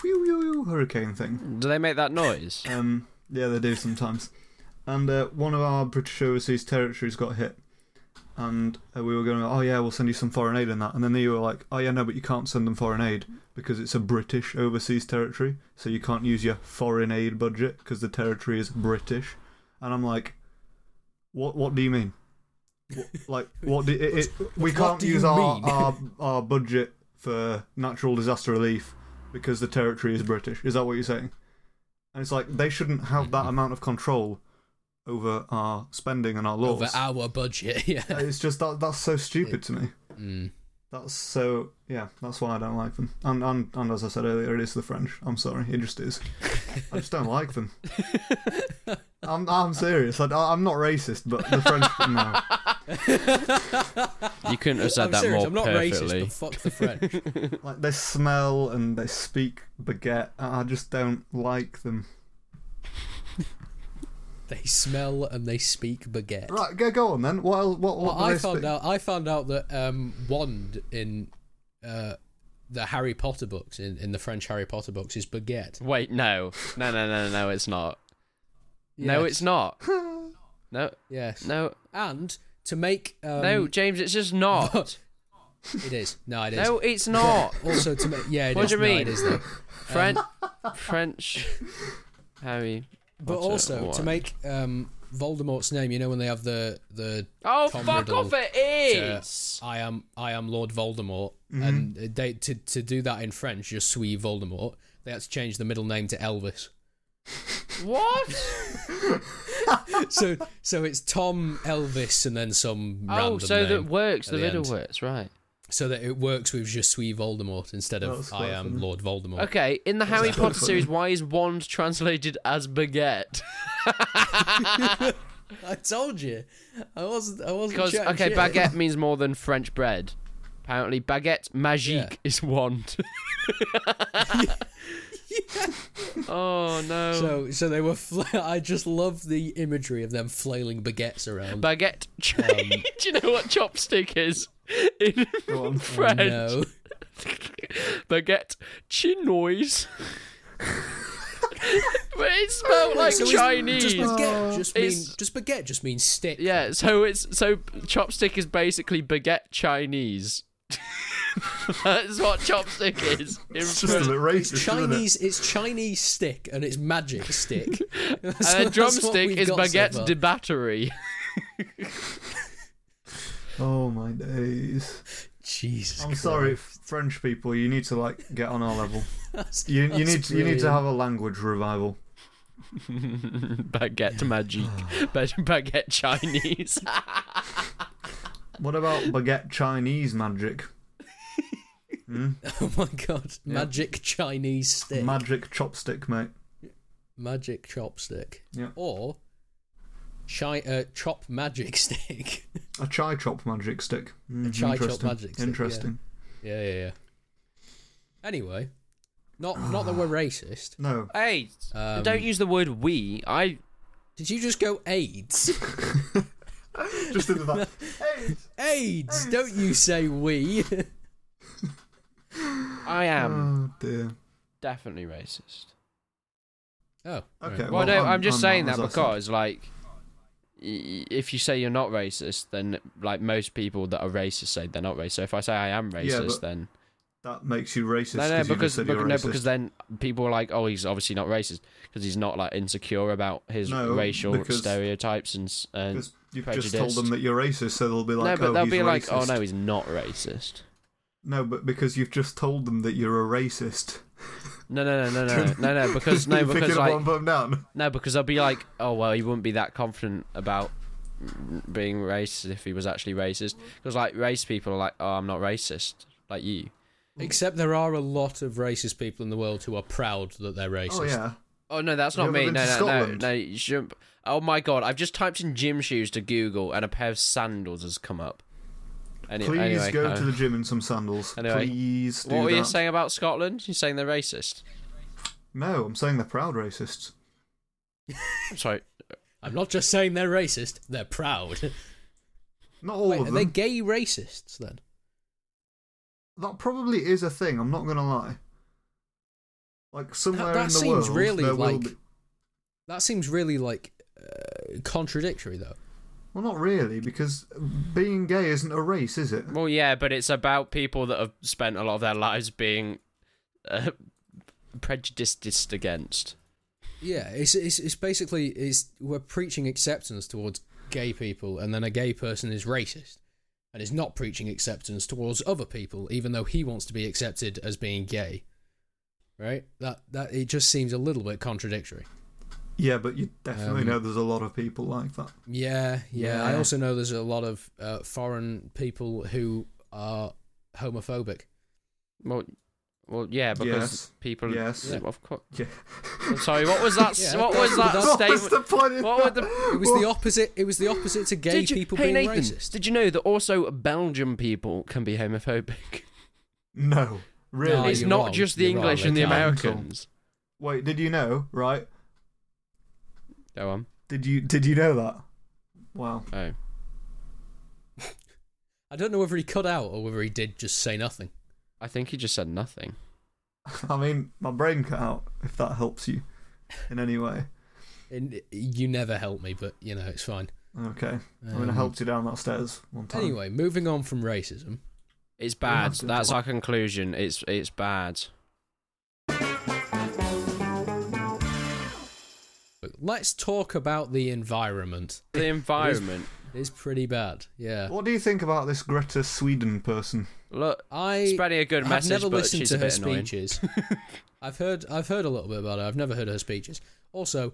Speaker 3: whew, whew, whew hurricane thing?
Speaker 1: Do they make that noise?
Speaker 3: Um, yeah, they do sometimes. And uh, one of our British overseas territories got hit, and uh, we were going, "Oh yeah, we'll send you some foreign aid and that." And then they were like, "Oh yeah, no, but you can't send them foreign aid because it's a British overseas territory, so you can't use your foreign aid budget because the territory is British." And I'm like, "What? What do you mean? What, like, what? Do, it, it, we
Speaker 2: What
Speaker 3: can't
Speaker 2: do you
Speaker 3: use our,
Speaker 2: mean?"
Speaker 3: our our budget for natural disaster relief because the territory is British. Is that what you're saying? And it's like they shouldn't have
Speaker 2: Mm-hmm.
Speaker 3: that amount of control over our spending and our laws. Uh,
Speaker 2: Over our budget, yeah.
Speaker 3: it's just that that's so stupid to me.
Speaker 2: Mm.
Speaker 3: That's so yeah. That's why I don't like them. And and, and as I said earlier, it is the French. I'm sorry, it just is. I just don't like them. I'm I'm serious. I, I'm not racist, but the French no.
Speaker 1: You couldn't have said
Speaker 2: I'm
Speaker 1: that
Speaker 2: serious,
Speaker 1: more
Speaker 2: I'm not racist,
Speaker 1: perfectly.
Speaker 2: but fuck the French.
Speaker 3: Like they smell and they speak baguette. and I just don't like them.
Speaker 2: they smell and they speak baguette.
Speaker 3: Right, go go on then. What el- what what?
Speaker 2: Well,
Speaker 3: do
Speaker 2: I
Speaker 3: they
Speaker 2: found
Speaker 3: speak?
Speaker 2: out. I found out that um, wand in uh, the Harry Potter books, in, in the French Harry Potter books, is baguette.
Speaker 1: Wait, no, no, no, no, no, it's not. No,
Speaker 2: Yes,
Speaker 1: it's not. No,
Speaker 2: yes.
Speaker 1: no,
Speaker 2: And to make um,
Speaker 1: no, James, it's just not.
Speaker 2: it is no, it is.
Speaker 1: No, it's not.
Speaker 2: Also to make yeah, it
Speaker 1: What
Speaker 2: is.
Speaker 1: do you
Speaker 2: No,
Speaker 1: mean?
Speaker 2: it is though. Um,
Speaker 1: French, French, Harry.
Speaker 2: But
Speaker 1: Potter
Speaker 2: also to
Speaker 1: wand.
Speaker 2: make um, Voldemort's name. You know when they have the the
Speaker 1: Oh,
Speaker 2: Tom
Speaker 1: fuck
Speaker 2: Riddle
Speaker 1: off! It
Speaker 2: uh,
Speaker 1: is.
Speaker 2: I am I am Lord Voldemort, and they to to do that in French, Je suis Voldemort. They had to change the middle name to Elvis.
Speaker 1: what?
Speaker 2: so so it's Tom Elvis and then some
Speaker 1: Oh,
Speaker 2: random
Speaker 1: so
Speaker 2: name.
Speaker 1: that works.
Speaker 2: at
Speaker 1: The
Speaker 2: the
Speaker 1: riddle
Speaker 2: end.
Speaker 1: works, right?
Speaker 2: so that it works with Je suis Voldemort instead
Speaker 3: That's
Speaker 2: of
Speaker 3: quite
Speaker 2: I am
Speaker 3: funny.
Speaker 2: Lord Voldemort.
Speaker 1: Okay, in the Harry
Speaker 3: that?
Speaker 1: Potter series, why is wand translated as baguette?
Speaker 2: I told you, I wasn't. I wasn't.
Speaker 1: Because
Speaker 2: chatting
Speaker 1: okay,
Speaker 2: shit.
Speaker 1: baguette means more than French bread. Apparently, baguette magique
Speaker 2: Yeah.
Speaker 1: is wand. Oh no!
Speaker 2: So so they were. Fl- I just love the imagery of them flailing baguettes around.
Speaker 1: baguette.
Speaker 2: um,
Speaker 1: Do you know what chopstick is in
Speaker 3: Go on.
Speaker 2: Oh,
Speaker 1: French?
Speaker 2: no.
Speaker 1: Baguette chinoise. but it smelled like
Speaker 2: So is-
Speaker 1: Chinese.
Speaker 2: Just baguette just, mean,
Speaker 1: It's-
Speaker 2: just baguette just means stick.
Speaker 1: Yeah, so it's so chopstick is basically baguette Chinese. That's what chopstick is. in
Speaker 3: It's just a
Speaker 1: French.
Speaker 3: bit racist,
Speaker 2: It's
Speaker 3: Chinese.
Speaker 2: Chinese. It's Chinese stick and it's magic stick.
Speaker 1: And
Speaker 2: That's-
Speaker 1: then
Speaker 2: that's what
Speaker 1: drumstick
Speaker 2: we've
Speaker 1: is
Speaker 2: got so
Speaker 1: baguette
Speaker 2: far.
Speaker 1: de batterie.
Speaker 3: Oh my days.
Speaker 2: Jesus.
Speaker 3: I'm
Speaker 2: Christ.
Speaker 3: sorry, f- French people. You need to like get on our level. You, you need
Speaker 2: That's
Speaker 3: you need to
Speaker 2: brilliant.
Speaker 3: have a language revival.
Speaker 1: baguette magique. Ba- baguette Chinese.
Speaker 3: What about baguette Chinese magic?
Speaker 2: Oh my god. Magic Chinese stick.
Speaker 3: Magic chopstick, mate.
Speaker 2: magic chopstick.
Speaker 3: Yeah.
Speaker 2: Or chi- uh, chop magic stick.
Speaker 3: A chai chop magic stick. Mm,
Speaker 2: chai chop
Speaker 3: interesting.
Speaker 2: magic stick, yeah.
Speaker 3: Interesting.
Speaker 2: yeah, yeah, yeah. Anyway, not not that we're racist.
Speaker 3: No.
Speaker 1: hey,
Speaker 2: Um,
Speaker 1: don't use the word we. I
Speaker 2: Did you just go AIDS?
Speaker 3: Just in the back. hey,
Speaker 2: AIDS. Don't you say we?
Speaker 1: I am
Speaker 3: oh dear.
Speaker 1: definitely racist.
Speaker 2: oh.
Speaker 3: Okay.
Speaker 2: right.
Speaker 1: Well,
Speaker 3: Well,
Speaker 1: no,
Speaker 3: I'm-
Speaker 1: I'm, just
Speaker 3: I'm
Speaker 1: saying
Speaker 3: not,
Speaker 1: that
Speaker 3: as I said.
Speaker 1: because, like, y- if you say you're not racist, then like most people that are racist say they're not racist. So if I say I am racist,
Speaker 3: Yeah, but
Speaker 1: then
Speaker 3: That makes you racist.
Speaker 1: no, no,
Speaker 3: you just
Speaker 1: because
Speaker 3: said
Speaker 1: bec-
Speaker 3: you're
Speaker 1: no,
Speaker 3: racist.
Speaker 1: because then people are like, oh, he's obviously not racist because he's not like insecure about his
Speaker 3: No,
Speaker 1: racial
Speaker 3: because-
Speaker 1: stereotypes and s- and
Speaker 3: Because you've just told
Speaker 1: prejudiced.
Speaker 3: them that you're racist, so they'll be
Speaker 1: no,
Speaker 3: like,
Speaker 1: but
Speaker 3: oh,
Speaker 1: they'll
Speaker 3: he's
Speaker 1: be
Speaker 3: racist.
Speaker 1: like, oh no, he's not racist.
Speaker 3: No, but because you've just told them that you're a racist.
Speaker 1: No, no, no, no, no, no, no, because no,
Speaker 3: You're
Speaker 1: because
Speaker 3: picking
Speaker 1: like
Speaker 3: up what I'm putting down.
Speaker 1: No, because they'll be like, oh well, he wouldn't be that confident about being racist if he was actually racist. Because like race people are like, oh, I'm not racist, like you.
Speaker 2: Except there are a lot of racist people in the world who are proud that they're racist.
Speaker 3: Oh yeah.
Speaker 1: Oh no, that's
Speaker 3: Have
Speaker 1: not
Speaker 3: you
Speaker 1: me. No,
Speaker 3: ever
Speaker 1: no,
Speaker 3: been to
Speaker 1: no,
Speaker 3: Scotland?
Speaker 1: no. You shouldn't. Oh my god, I've just typed in gym shoes to Google, and a pair of sandals has come up. Any-
Speaker 3: Please
Speaker 1: anyway,
Speaker 3: go
Speaker 1: uh,
Speaker 3: to the gym in some sandals.
Speaker 1: Anyway,
Speaker 3: Please do
Speaker 1: What were
Speaker 3: that.
Speaker 1: you saying about Scotland? You're saying they're racist.
Speaker 3: No, I'm saying they're proud racists.
Speaker 1: I'm sorry.
Speaker 2: I'm not just saying they're racist; they're proud.
Speaker 3: Not all
Speaker 2: Wait,
Speaker 3: of
Speaker 2: are
Speaker 3: them.
Speaker 2: they gay racists then?
Speaker 3: That probably is a thing. I'm not gonna lie. Like somewhere
Speaker 2: that
Speaker 3: in the
Speaker 2: seems
Speaker 3: world,
Speaker 2: really
Speaker 3: there will
Speaker 2: like-
Speaker 3: be.
Speaker 2: That seems really like uh, contradictory, though.
Speaker 3: Well, not really, because being gay isn't a race, is it?
Speaker 1: Well, yeah, but it's about people that have spent a lot of their lives being uh, prejudiced against.
Speaker 2: Yeah, it's it's, it's basically it's we're preaching acceptance towards gay people, and then a gay person is racist and is not preaching acceptance towards other people, even though he wants to be accepted as being gay. Right? That that it just seems a little bit contradictory.
Speaker 3: Yeah, but you definitely
Speaker 2: Um,
Speaker 3: know there's a lot of people like that.
Speaker 2: Yeah, yeah. I
Speaker 3: Yeah.
Speaker 2: also know there's a lot of uh, foreign people who are homophobic.
Speaker 1: Well, well, yeah, because
Speaker 3: Yes.
Speaker 1: people.
Speaker 3: Yes.
Speaker 1: Yeah, Of course.
Speaker 3: Yeah.
Speaker 1: Sorry, what was that?
Speaker 2: Yeah.
Speaker 1: What was that
Speaker 2: That's-
Speaker 3: What was the
Speaker 1: statement?
Speaker 3: point? in
Speaker 1: What were
Speaker 3: that?
Speaker 1: the?
Speaker 2: It was
Speaker 3: Well,
Speaker 2: the opposite. It was the opposite to gay
Speaker 1: Did you,
Speaker 2: people
Speaker 1: hey
Speaker 2: being
Speaker 1: Nathan,
Speaker 2: racist.
Speaker 1: did you know that also Belgium people can be homophobic?
Speaker 3: No, really.
Speaker 2: No,
Speaker 1: it's
Speaker 2: you're
Speaker 1: not
Speaker 2: wrong.
Speaker 1: just the
Speaker 2: You're wrong,
Speaker 1: English and the
Speaker 2: they can't.
Speaker 1: Americans.
Speaker 3: Wait, did you know? Right?
Speaker 1: Go on.
Speaker 3: Did you did you know that? Wow.
Speaker 1: Oh,
Speaker 2: I don't know whether he cut out or whether he did just say nothing.
Speaker 1: I think he just said nothing.
Speaker 3: I mean, my brain cut out. If that helps you in any way.
Speaker 2: And you never help me, but you know it's fine.
Speaker 3: Okay. I mean, I
Speaker 2: Um,
Speaker 3: helped you down that stairs one time.
Speaker 2: Anyway, moving on from racism.
Speaker 1: It's
Speaker 3: have
Speaker 1: bad.
Speaker 3: to-
Speaker 1: That's our conclusion. It's it's bad.
Speaker 2: But Let's talk about the environment.
Speaker 1: The environment.
Speaker 2: It's pretty bad. Yeah.
Speaker 3: What do you think about this Greta Sweden person?
Speaker 1: Look,
Speaker 2: I
Speaker 1: spreading a good
Speaker 2: I've
Speaker 1: message,
Speaker 2: never
Speaker 1: but
Speaker 2: listened
Speaker 1: she's
Speaker 2: to
Speaker 1: a
Speaker 2: her
Speaker 1: bit annoying.
Speaker 2: speeches. I've heard I've heard a little bit about her. I've never heard her speeches. Also,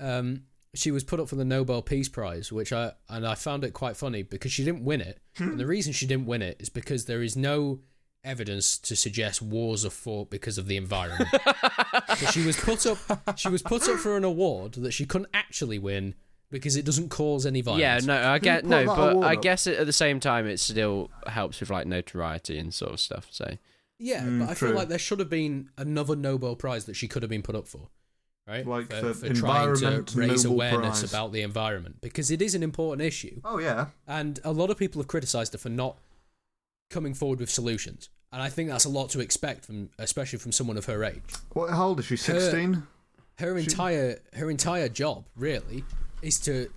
Speaker 2: um, she was put up for the Nobel Peace Prize, which I and I found it quite funny because she didn't win it. and the reason she didn't win it is because there is no evidence to suggest wars are fought because of the environment. But she was put up she was put up for an award that she couldn't actually win because it doesn't cause any violence.
Speaker 1: Yeah, no, I get
Speaker 3: put
Speaker 1: no,
Speaker 3: that
Speaker 1: but
Speaker 3: award
Speaker 1: I
Speaker 3: up?
Speaker 1: guess at the same time it still helps with like notoriety and sort of stuff. So
Speaker 2: Yeah,
Speaker 3: Mm,
Speaker 2: but I
Speaker 3: true.
Speaker 2: feel like there should have been another Nobel Prize that she could have been put up for, right?
Speaker 3: Like
Speaker 2: for,
Speaker 3: the
Speaker 2: for trying to
Speaker 3: Environment
Speaker 2: raise
Speaker 3: Nobel
Speaker 2: awareness
Speaker 3: Prize.
Speaker 2: about the environment because it is an important issue,
Speaker 3: Oh yeah,
Speaker 2: and a lot of people have criticised her for not coming forward with solutions, and I think that's a lot to expect from, especially from someone of her age.
Speaker 3: what? How old is she? Sixteen.
Speaker 2: Her entire her entire job really is to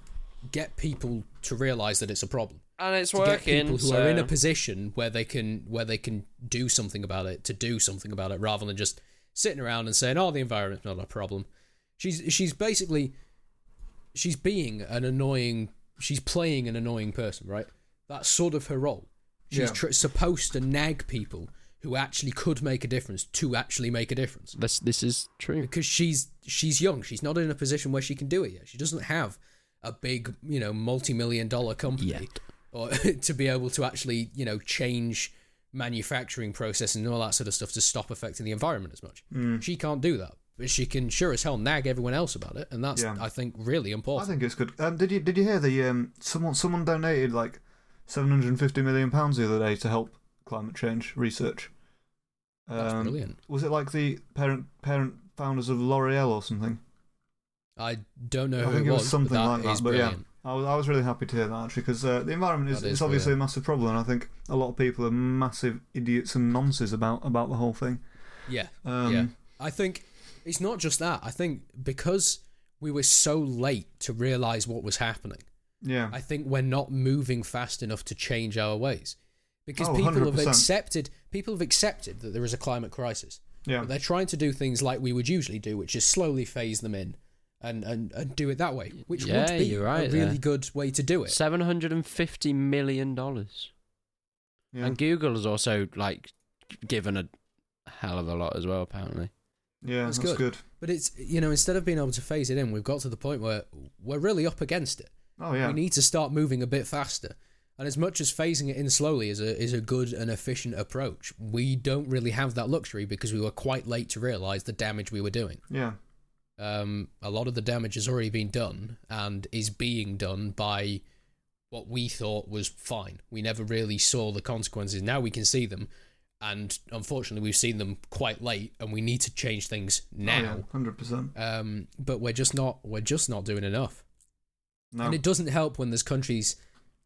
Speaker 2: get people to realise that it's a problem.
Speaker 1: and it's
Speaker 2: to get
Speaker 1: working.
Speaker 2: people who
Speaker 1: so-
Speaker 2: are in a position where they can where they can do something about it to do something about it rather than just sitting around and saying oh the environment's not a problem she's she's basically she's being an annoying she's playing an annoying person right that's sort of her role she's
Speaker 3: Yeah.
Speaker 2: tr- supposed to nag people who actually could make a difference to actually make a difference
Speaker 1: this this is true.
Speaker 2: because she's she's young she's not in a position where she can do it yet she doesn't have a big you know multi-million dollar company
Speaker 1: Yet.
Speaker 2: or to be able to actually you know change manufacturing process and all that sort of stuff to stop affecting the environment as much
Speaker 3: Hmm.
Speaker 2: she can't do that but she can sure as hell nag everyone else about it and that's
Speaker 3: Yeah.
Speaker 2: i think really
Speaker 3: I
Speaker 2: important
Speaker 3: think it's good. Um, did you did you hear the um someone someone donated like seven hundred and fifty million pounds the other day to help climate change research? Um,
Speaker 2: That's brilliant.
Speaker 3: Was it like the parent parent founders of L'Oreal or something?
Speaker 2: i don't know
Speaker 3: I
Speaker 2: who
Speaker 3: think
Speaker 2: it
Speaker 3: it was
Speaker 2: but
Speaker 3: something like
Speaker 2: is
Speaker 3: that. But yeah,
Speaker 2: brilliant.
Speaker 3: I was, I was really happy to hear that actually because uh, the environment is,
Speaker 2: That is
Speaker 3: it's obviously
Speaker 2: brilliant.
Speaker 3: a massive problem. And I think a lot of people are massive idiots and nonces about about the whole thing.
Speaker 2: yeah
Speaker 3: Um,
Speaker 2: yeah. I think it's not just that. I think because we were so late to realize what was happening,
Speaker 3: Yeah.
Speaker 2: I think we're not moving fast enough to change our ways. Because
Speaker 3: Oh,
Speaker 2: people have
Speaker 3: 100%.
Speaker 2: accepted people have accepted that there is a climate crisis.
Speaker 3: yeah.
Speaker 2: But they're trying to do things like we would usually do, which is slowly phase them in and, and, and do it that way, which
Speaker 1: Yeah,
Speaker 2: would be
Speaker 1: you're right
Speaker 2: a
Speaker 1: there.
Speaker 2: really good way to do it.
Speaker 1: Seven hundred and fifty million dollars,
Speaker 3: yeah.
Speaker 1: and Google has also like given a hell of a lot as well. Apparently,
Speaker 3: Yeah,
Speaker 2: That's
Speaker 3: that's,
Speaker 2: good.
Speaker 3: good.
Speaker 2: But it's, you know, instead of being able to phase it in, we've got to the point where we're really up against it.
Speaker 3: Oh yeah,
Speaker 2: We need to start moving a bit faster. And as much as phasing it in slowly is a is a good and efficient approach, we don't really have that luxury because we were quite late to realize the damage we were doing.
Speaker 3: yeah, Oh,
Speaker 2: Um, a lot of the damage has already been done and is being done by what we thought was fine. We never really saw the consequences. Now we can see them, and unfortunately, we've seen them quite late, and we need to change things
Speaker 3: Oh,
Speaker 2: now.
Speaker 3: hundred percent.
Speaker 2: Um, but we're just not we're just not doing enough.
Speaker 3: No,
Speaker 2: And it doesn't help when there's countries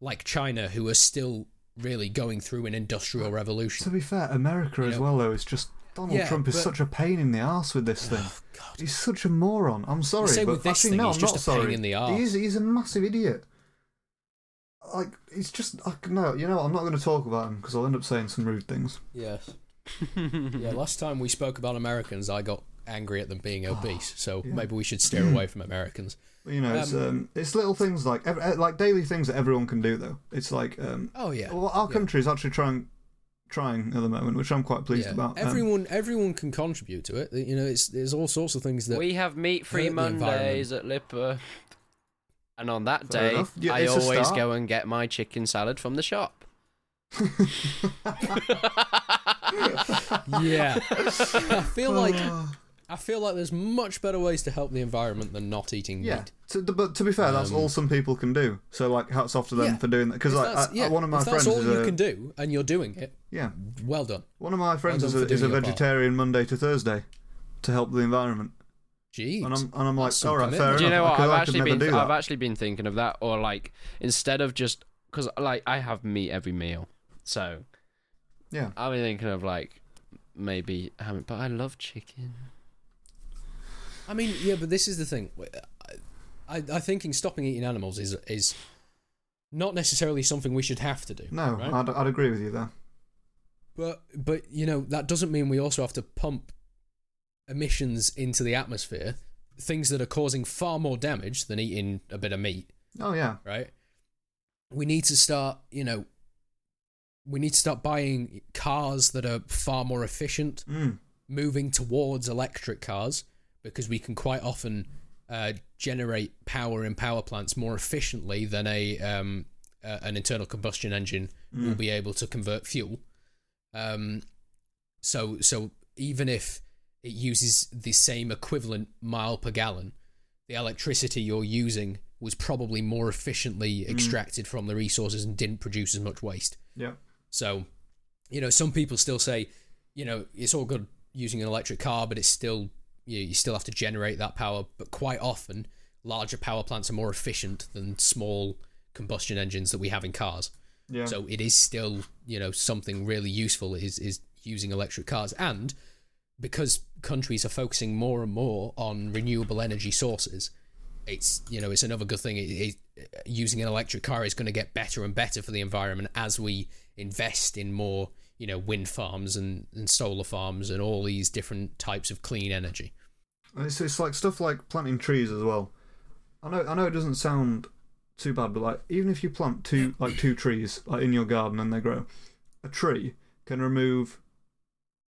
Speaker 2: like China who are still really going through an industrial
Speaker 3: to
Speaker 2: revolution.
Speaker 3: be fair, America
Speaker 2: You
Speaker 3: as
Speaker 2: know-
Speaker 3: well though is just Donald
Speaker 2: Yeah,
Speaker 3: Trump is
Speaker 2: but-
Speaker 3: such a pain in the ass with this thing.
Speaker 2: Oh, God.
Speaker 3: He's such a moron. I'm sorry,
Speaker 2: same
Speaker 3: but
Speaker 2: with this
Speaker 3: actually,
Speaker 2: thing,
Speaker 3: no,
Speaker 2: he's
Speaker 3: I'm
Speaker 2: just
Speaker 3: not
Speaker 2: a pain
Speaker 3: sorry.
Speaker 2: in the arse.
Speaker 3: He is, he's a massive idiot. Like, it's just I, no. You know, what, I'm not going to talk about him because I'll end up saying some rude things.
Speaker 2: Yes. yeah, last time we spoke about Americans, I got angry at them being obese. So maybe we should steer away from Americans.
Speaker 3: But, You know, it's um, it's little things like ev- eh, like daily things that everyone can do though. It's like um,
Speaker 2: Oh, yeah.
Speaker 3: well, our
Speaker 2: yeah.
Speaker 3: country is actually trying trying at the moment, which I'm quite pleased
Speaker 2: Yeah.
Speaker 3: about. Um,
Speaker 2: Everyone, everyone can contribute to it. You know, it's there's all sorts of things that
Speaker 1: we have meat free
Speaker 2: hurt the
Speaker 1: Mondays at Lipper, and on that
Speaker 3: Fair
Speaker 1: day,
Speaker 3: enough. Yeah,
Speaker 1: I
Speaker 3: it's a
Speaker 1: always
Speaker 3: start.
Speaker 1: go and get my chicken salad from the shop.
Speaker 2: yeah. I feel like
Speaker 3: Ah.
Speaker 2: I feel like there's much better ways to help the environment than not eating
Speaker 3: Yeah,
Speaker 2: meat.
Speaker 3: to, the- but to be fair, that's all some people can do. So like, hats off to them
Speaker 2: Um, Yeah.
Speaker 3: for doing that. Because
Speaker 2: If
Speaker 3: like,
Speaker 2: that's-
Speaker 3: I,
Speaker 2: yeah,
Speaker 3: I- one of my
Speaker 2: if that's
Speaker 3: friends
Speaker 2: all
Speaker 3: is
Speaker 2: you
Speaker 3: a
Speaker 2: can do, and you're doing it.
Speaker 3: yeah,
Speaker 2: Well done.
Speaker 3: one of my friends
Speaker 2: Well
Speaker 3: is
Speaker 2: done
Speaker 3: a,
Speaker 2: for
Speaker 3: is a
Speaker 2: doing your part.
Speaker 3: vegetarian Monday to Thursday to help the environment,
Speaker 2: Jeez.
Speaker 3: and I'm and I'm like,
Speaker 2: That's some
Speaker 3: all right, fair
Speaker 2: commitment.
Speaker 1: Do you know
Speaker 3: enough.
Speaker 1: what?
Speaker 3: I could,
Speaker 1: I've
Speaker 3: I could
Speaker 1: actually
Speaker 3: never
Speaker 1: been
Speaker 3: do
Speaker 1: I've
Speaker 3: that.
Speaker 1: actually been thinking of that, or like instead of just because like I have meat every meal, so
Speaker 3: Yeah,
Speaker 1: I've been thinking of like maybe having, but I love chicken.
Speaker 2: I mean, yeah, but this is the thing. I, I think in stopping eating animals is is not necessarily something we should have to do.
Speaker 3: no,
Speaker 2: right?
Speaker 3: I'd, I'd agree with you there.
Speaker 2: but but you know that doesn't mean we also have to pump emissions into the atmosphere things that are causing far more damage than eating a bit of meat,
Speaker 3: Oh yeah.
Speaker 2: right? We need to start, you know, we need to start buying cars that are far more efficient,
Speaker 3: Mm.
Speaker 2: moving towards electric cars because we can quite often uh, generate power in power plants more efficiently than a um, uh, an internal combustion engine will be able to convert fuel. Um, so so even if it uses the same equivalent mile per gallon, the electricity you're using was probably more efficiently extracted from the resources and didn't produce as much waste.
Speaker 3: Yeah.
Speaker 2: So, you know, some people still say, you know, it's all good using an electric car, but it's still you, you still have to generate that power. But quite often, larger power plants are more efficient than small combustion engines that we have in cars.
Speaker 3: Yeah.
Speaker 2: So it is still, you know, something really useful is is using electric cars and because countries are focusing more and more on renewable energy sources, it's you know it's another good thing. It, it, using an electric car is going to get better and better for the environment as we invest in more you know wind farms and, and solar farms and all these different types of clean energy.
Speaker 3: And it's, it's like stuff like planting trees as well. I know I know it doesn't sound too bad, but like even if you plant two like two trees like in your garden and they grow, a tree can remove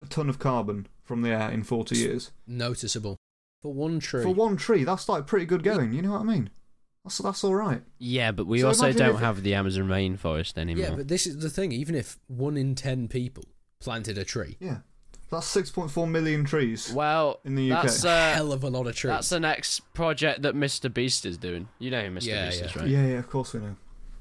Speaker 3: a ton of carbon from the air in forty years.
Speaker 2: Noticeable for one tree.
Speaker 3: For one tree, that's like pretty good going. You know what I mean? That's that's all right.
Speaker 1: Yeah, but we
Speaker 3: So
Speaker 1: also
Speaker 3: imagine if-
Speaker 1: don't have the Amazon rainforest anymore.
Speaker 2: yeah, but this is the thing. Even if one in ten people planted a tree,
Speaker 3: Yeah, that's six point four million trees.
Speaker 1: well,
Speaker 3: In the UK.
Speaker 1: that's uh,
Speaker 2: hell of a lot of trees.
Speaker 1: that's the next project that Mr. Beast is doing. You know who Mr.
Speaker 2: Yeah,
Speaker 1: Beast
Speaker 2: yeah.
Speaker 1: is, right?
Speaker 3: Yeah, yeah, of course we know.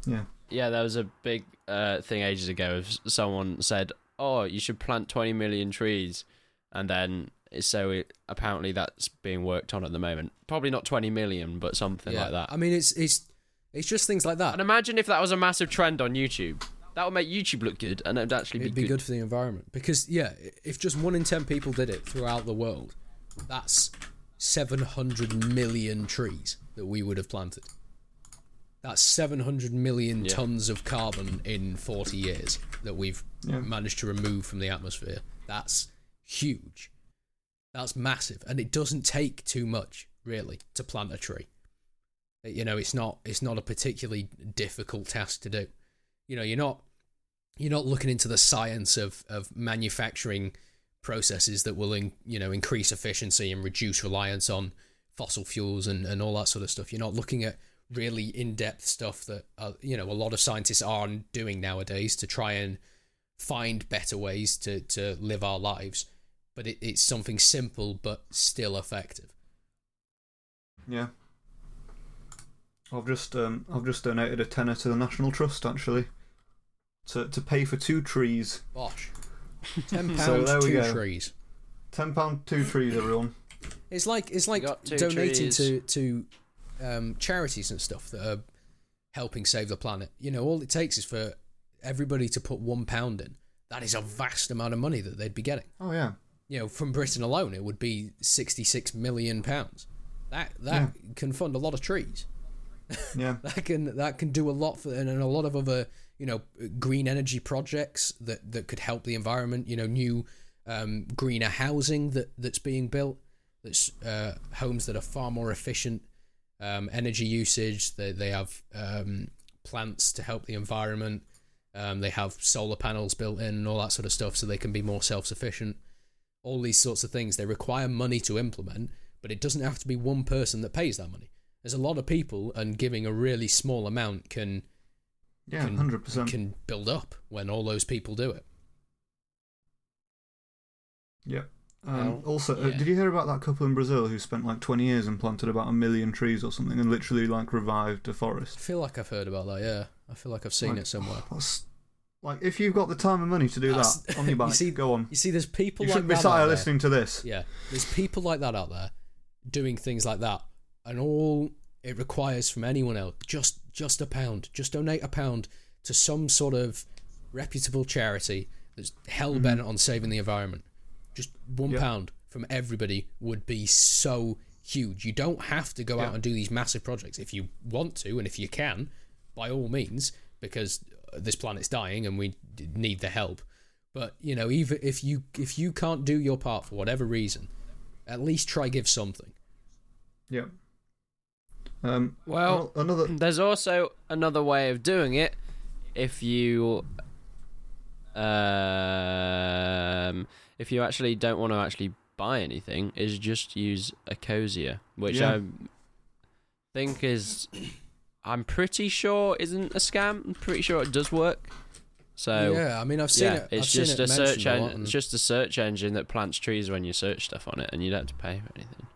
Speaker 3: Yeah,
Speaker 1: Yeah, there was a big uh, thing ages ago of s- someone said, "Oh, you should plant 20 million trees," and then so it, apparently that's being worked on at the moment. Probably not 20 million, but something like that.
Speaker 2: I mean, it's it's it's just things like that.
Speaker 1: And imagine if that was a massive trend on YouTube. That would make YouTube look good, and it'd actually
Speaker 2: It'd
Speaker 1: be,
Speaker 2: be good. for the environment because yeah, i- if just one in ten people did it throughout the world, that's seven hundred million trees that we would have planted. That's seven hundred million
Speaker 1: Yeah.
Speaker 2: tons of carbon in forty years that we've
Speaker 3: Yeah.
Speaker 2: managed to remove from the atmosphere. That's huge. That's massive, and it doesn't take too much really to plant a tree. You know, it's not it's not a particularly difficult task to do. You know, you're not you're not looking into the science of of manufacturing processes that will in, you know increase efficiency and reduce reliance on fossil fuels and and all that sort of stuff you're not looking at really in-depth stuff that uh, you know a lot of scientists are doing nowadays to try and find better ways to to live our lives but it, it's something simple but still effective
Speaker 3: yeah. I've just um I've just donated a tenner to the National Trust actually, to to pay for two trees.
Speaker 2: bosh 10
Speaker 3: So
Speaker 2: pounds
Speaker 3: there we
Speaker 2: two
Speaker 3: go.
Speaker 2: trees
Speaker 3: Ten pound two trees, everyone.
Speaker 2: It's like it's like
Speaker 1: got two
Speaker 2: donating
Speaker 1: trees.
Speaker 2: to to um, charities and stuff that are helping save the planet. You know, all it takes is for everybody to put one pound in. That is a vast amount of money that they'd be getting.
Speaker 3: Oh yeah.
Speaker 2: You know, from Britain alone, it would be sixty-six million pounds. That that can fund a lot of trees.
Speaker 3: Yeah,
Speaker 2: That can that can do a lot for and, and a lot of other you know green energy projects that that could help the environment. You know, new um, greener housing that that's being built. That's uh, homes that are far more efficient, um, energy usage. They they have um, plants to help the environment. Um, they have solar panels built in and all that sort of stuff, so they can be more self sufficient. All these sorts of things they require money to implement, but it doesn't have to be one person that pays that money. There's a lot of people, and giving a really small amount can
Speaker 3: yeah,
Speaker 2: Can-
Speaker 3: hundred percent.
Speaker 2: can build up when all those people do it.
Speaker 3: Yeah. Um,
Speaker 1: Well,
Speaker 3: also, uh,
Speaker 2: yeah.
Speaker 3: did you hear about that couple in Brazil who spent like 20 years and planted about a million trees or something and literally like revived a
Speaker 2: I
Speaker 3: forest?
Speaker 2: feel like I've heard about that. Yeah, I feel like I've seen
Speaker 3: Like,
Speaker 2: it somewhere.
Speaker 3: That's, like, if you've got the time and money to do
Speaker 2: That's-
Speaker 3: that on your back,
Speaker 2: you see-
Speaker 3: go on.
Speaker 2: You see, there's people
Speaker 3: You
Speaker 2: like
Speaker 3: shouldn't be
Speaker 2: that.
Speaker 3: sat
Speaker 2: out
Speaker 3: here
Speaker 2: there.
Speaker 3: listening to this.
Speaker 2: Yeah, there's people like that out there doing things like that, and all it requires from anyone else just just a pound, just donate a pound to some sort of reputable charity that's hell bent on saving the environment. Just one pound
Speaker 3: Mm-hmm. Yeah.
Speaker 2: from everybody would be so huge. You don't have to go
Speaker 3: Yeah.
Speaker 2: out and do these massive projects if you want to and if you can, by all means, because uh, this planet's dying and we d- need the help but you know even if you if you can't do your part for whatever reason at least try give something
Speaker 3: Yep. Um,
Speaker 1: Well,
Speaker 3: ano- another
Speaker 1: There's also another way of doing it if you um if you actually don't want to actually buy anything is just use a cozier, which
Speaker 3: Yeah.
Speaker 1: I think is I'm pretty sure isn't a scam. I'm pretty sure it does work. So
Speaker 2: yeah, I mean, I've seen
Speaker 1: yeah,
Speaker 2: it.
Speaker 1: it's
Speaker 2: I've
Speaker 1: just
Speaker 2: seen it
Speaker 1: a search
Speaker 2: mentioned lot,
Speaker 1: engine.
Speaker 2: and-
Speaker 1: It's just a search engine that plants trees when you search stuff on it, and you don't have to pay for anything.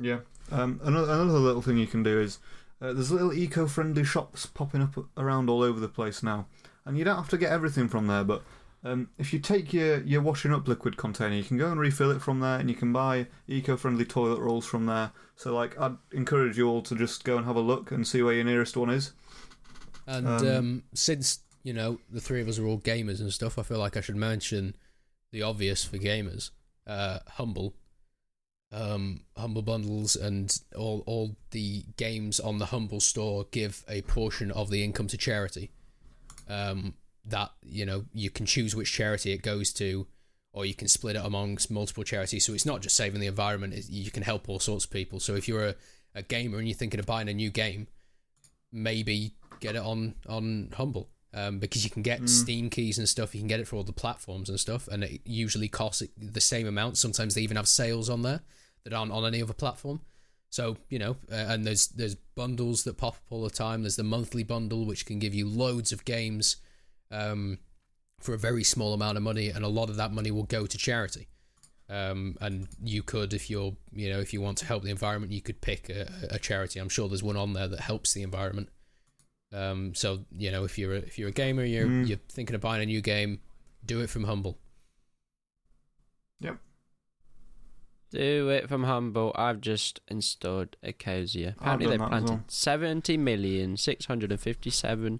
Speaker 3: Yeah. Um, another, another little thing you can do is uh, there's little eco friendly shops popping up around all over the place now. And you don't have to get everything from there, but um, if you take your, your washing up liquid container, you can go and refill it from there and you can buy eco friendly toilet rolls from there. So, like, I'd encourage you all to just go and have a look and see where your nearest one is.
Speaker 2: And
Speaker 3: Um,
Speaker 2: um, since you know the three of us are all gamers and stuff, I feel like I should mention the obvious for gamers: uh, Humble, um, Humble bundles, and all all the games on the Humble store give a portion of the income to charity. Um, that you know you can choose which charity it goes to, or you can split it amongst multiple charities. So it's not just saving the environment; it's, you can help all sorts of people. So if you're a, a gamer and you're thinking of buying a new game, maybe get it on on Humble um, because you can get Steam keys and stuff. You can get it for all the platforms and stuff, and it usually costs the same amount. Sometimes they even have sales on there that aren't on any other platform. So you know, uh, and there's there's bundles that pop up all the time. There's the monthly bundle which can give you loads of games um, for a very small amount of money, and a lot of that money will go to charity. Um, and you could, if you're, you know, if you want to help the environment, you could pick a, a charity. I'm sure there's one on there that helps the environment. Um, so you know, if you're a, if you're a gamer, you're
Speaker 3: Mm.
Speaker 2: you're thinking of buying a new game, do it from Humble.
Speaker 1: Do it from Humble. I've just installed a cozier. Apparently
Speaker 3: done
Speaker 1: they
Speaker 3: that as
Speaker 1: planted
Speaker 3: well.
Speaker 1: seventy million six hundred and fifty seven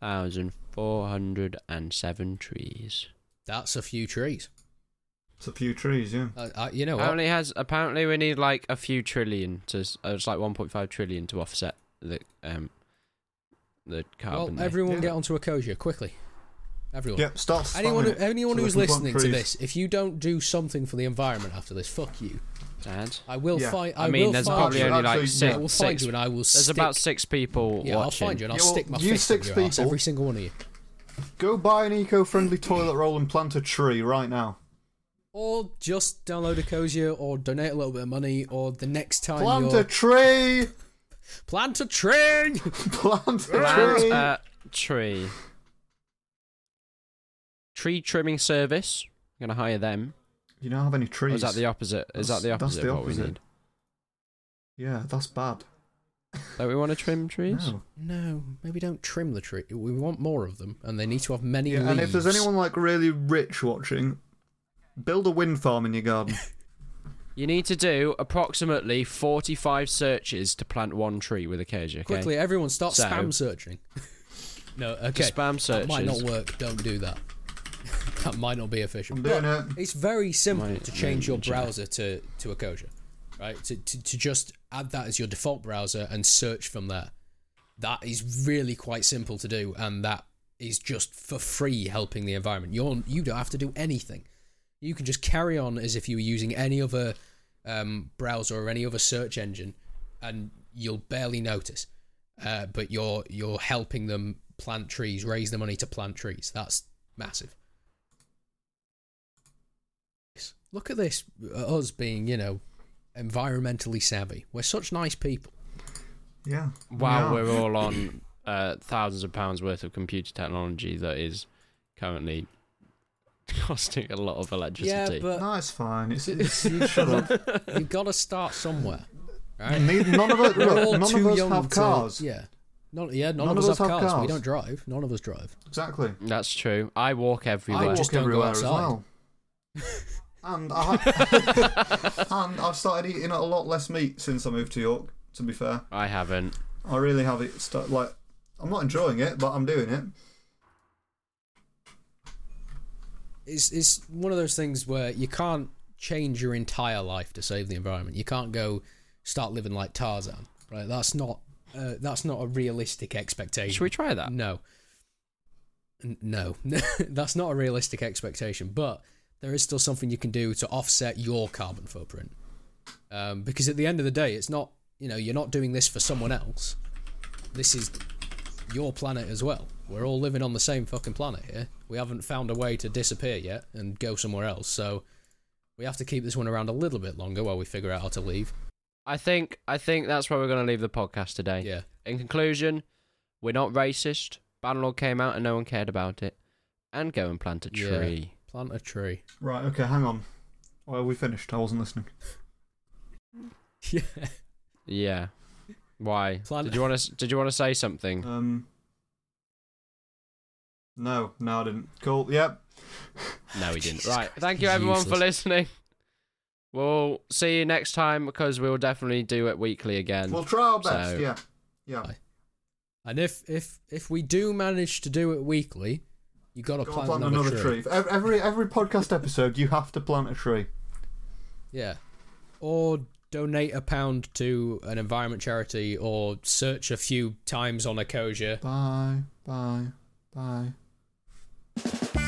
Speaker 1: thousand four hundred and seven trees.
Speaker 2: That's a few trees.
Speaker 3: It's a few trees, yeah.
Speaker 2: Uh, I, you know, what?
Speaker 1: Apparently has apparently we need like a few trillion to s- uh, it's like one point five trillion to offset the um the
Speaker 2: well,
Speaker 1: carbon. there.
Speaker 2: everyone
Speaker 3: Yeah.
Speaker 2: get onto Ecosia quickly. Everyone.
Speaker 3: Yep, start spamming
Speaker 2: Anyone, who,
Speaker 3: it.
Speaker 2: anyone
Speaker 3: So
Speaker 2: who's
Speaker 3: they can plant
Speaker 2: listening to
Speaker 3: trees.
Speaker 2: this, if you don't do something for the environment after this, fuck you.
Speaker 1: Dad.
Speaker 2: I will
Speaker 3: Yeah.
Speaker 2: find. I,
Speaker 1: I, mean
Speaker 2: will
Speaker 1: there's
Speaker 2: find
Speaker 1: probably
Speaker 2: you.
Speaker 1: only like
Speaker 3: Actually,
Speaker 1: six,
Speaker 2: I will find
Speaker 1: six
Speaker 2: you, and I will.
Speaker 1: there's
Speaker 2: stick,
Speaker 1: about six people
Speaker 2: Yeah, I'll
Speaker 1: watching.
Speaker 2: find you, and I'll
Speaker 3: Yeah, well,
Speaker 2: stick my
Speaker 3: you
Speaker 2: fist
Speaker 3: six
Speaker 2: up your ass,
Speaker 3: people-
Speaker 2: every single one of you.
Speaker 3: Go buy an eco friendly toilet roll and plant a tree right now.
Speaker 2: Or just download Ecosia, or donate a little bit of money, or the next time
Speaker 3: Plant
Speaker 2: you're
Speaker 3: a tree!
Speaker 2: plant a train.
Speaker 3: Plant a
Speaker 1: Plant
Speaker 2: uh,
Speaker 3: tree!
Speaker 1: a uh, tree. Tree trimming service. I'm gonna hire them.
Speaker 3: You don't have any
Speaker 1: Or
Speaker 3: trees.
Speaker 1: Oh, is that the opposite? Is that the
Speaker 3: That's- that's
Speaker 1: opposite
Speaker 3: the
Speaker 1: of what we
Speaker 3: opposite.
Speaker 1: need?
Speaker 3: Yeah, that's bad.
Speaker 1: Don't we want to trim trees?
Speaker 3: No.
Speaker 2: No, maybe don't trim the tree. We want more of them, and they need to have many
Speaker 3: Yeah,
Speaker 2: leaves.
Speaker 3: and if there's anyone like really rich watching, build a wind farm in your garden.
Speaker 1: You need to do approximately 45 searches to plant one tree with acacia. Okay?
Speaker 2: quickly, everyone start
Speaker 1: So-
Speaker 2: spam searching. no, okay,
Speaker 1: Just spam
Speaker 2: that might not
Speaker 1: searches.
Speaker 2: work. Don't do that. that might not be efficient.
Speaker 3: I'm doing
Speaker 2: but
Speaker 3: it.
Speaker 2: It's very simple
Speaker 1: Might-
Speaker 2: to change
Speaker 1: might
Speaker 2: your
Speaker 1: need to-
Speaker 2: browser to to Ecosia, right? To, to to just add that as your default browser and search from there. That is really quite simple to do, and that is just for free helping the environment. You're you don't have to do anything. You can just carry on as if you were using any other um, browser or any other search engine, and you'll barely notice. Uh, but you're you're helping them plant trees, raise the money to plant trees. That's massive. Look at this, uh, us being you know environmentally savvy. We're such nice people.
Speaker 3: Yeah.
Speaker 1: While
Speaker 3: Yeah.
Speaker 1: we're all on uh, thousands of pounds worth of computer technology that is currently costing a lot of electricity.
Speaker 3: No, it's fine. It's, it's you shut up.
Speaker 2: you've got to start somewhere, right?
Speaker 3: Neither- None of us,
Speaker 2: We're all
Speaker 3: look, none
Speaker 2: too
Speaker 3: of us
Speaker 2: young
Speaker 3: have
Speaker 2: to-
Speaker 3: cars.
Speaker 2: yeah. None, yeah, none, of us, have cars. We
Speaker 3: cars.
Speaker 2: don't drive. None of us drive.
Speaker 3: Exactly.
Speaker 1: That's true. I walk everywhere.
Speaker 3: I
Speaker 2: just
Speaker 3: walk
Speaker 2: don't go
Speaker 3: everywhere as
Speaker 2: outside.
Speaker 3: well. and, I, and I've started eating a lot less meat since I moved to York, to be fair.
Speaker 1: I haven't.
Speaker 3: I really have it. St- like, I'm not enjoying it, but I'm doing it.
Speaker 2: It's it's one of those things where you can't change your entire life to save the environment. You can't go start living like Tarzan, right? That's not uh, that's not a realistic expectation.
Speaker 1: Should we try that?
Speaker 2: No. N- No, that's not a realistic expectation, but there is still something you can do to offset your carbon footprint. um, because at the end of the day, it's not you know you're not doing this for someone else. This is your planet as well. We're all living on the same fucking planet here. We haven't found a way to disappear yet and go somewhere else, so we have to keep this one around a little bit longer while we figure out how to leave.
Speaker 1: I think I think that's where we're going to leave the podcast today.
Speaker 2: Yeah,
Speaker 1: In conclusion, we're not racist. Ban law came out and no one cared about it. And go and plant a
Speaker 2: Yeah.
Speaker 1: tree.
Speaker 2: plant a tree.
Speaker 3: Right, okay, hang on. Well, we finished. I wasn't listening.
Speaker 2: Yeah,
Speaker 1: Yeah. Why?
Speaker 2: Plant-
Speaker 1: Did you want to? Did you want to say something?
Speaker 3: Um. No, no, I didn't. Cool. Yep.
Speaker 1: No, we didn't.
Speaker 2: Jesus
Speaker 1: Right.
Speaker 2: Christ,
Speaker 1: Thank you,
Speaker 2: he's
Speaker 1: everyone, for
Speaker 2: useless.
Speaker 1: listening. We'll see you next time because we'll definitely do it weekly again.
Speaker 3: We'll try our best.
Speaker 1: so-
Speaker 3: yeah. Yeah.
Speaker 2: Right. And if if if we do manage to do it weekly, you got to
Speaker 3: Go
Speaker 2: plant,
Speaker 3: and plant
Speaker 2: another,
Speaker 3: another tree. Ev- Every every podcast episode, you have to plant a tree.
Speaker 2: Yeah. Or donate a pound to an environment charity or search a few times on a Ecosia.
Speaker 3: Bye. Bye. Bye.
Speaker 4: Bye.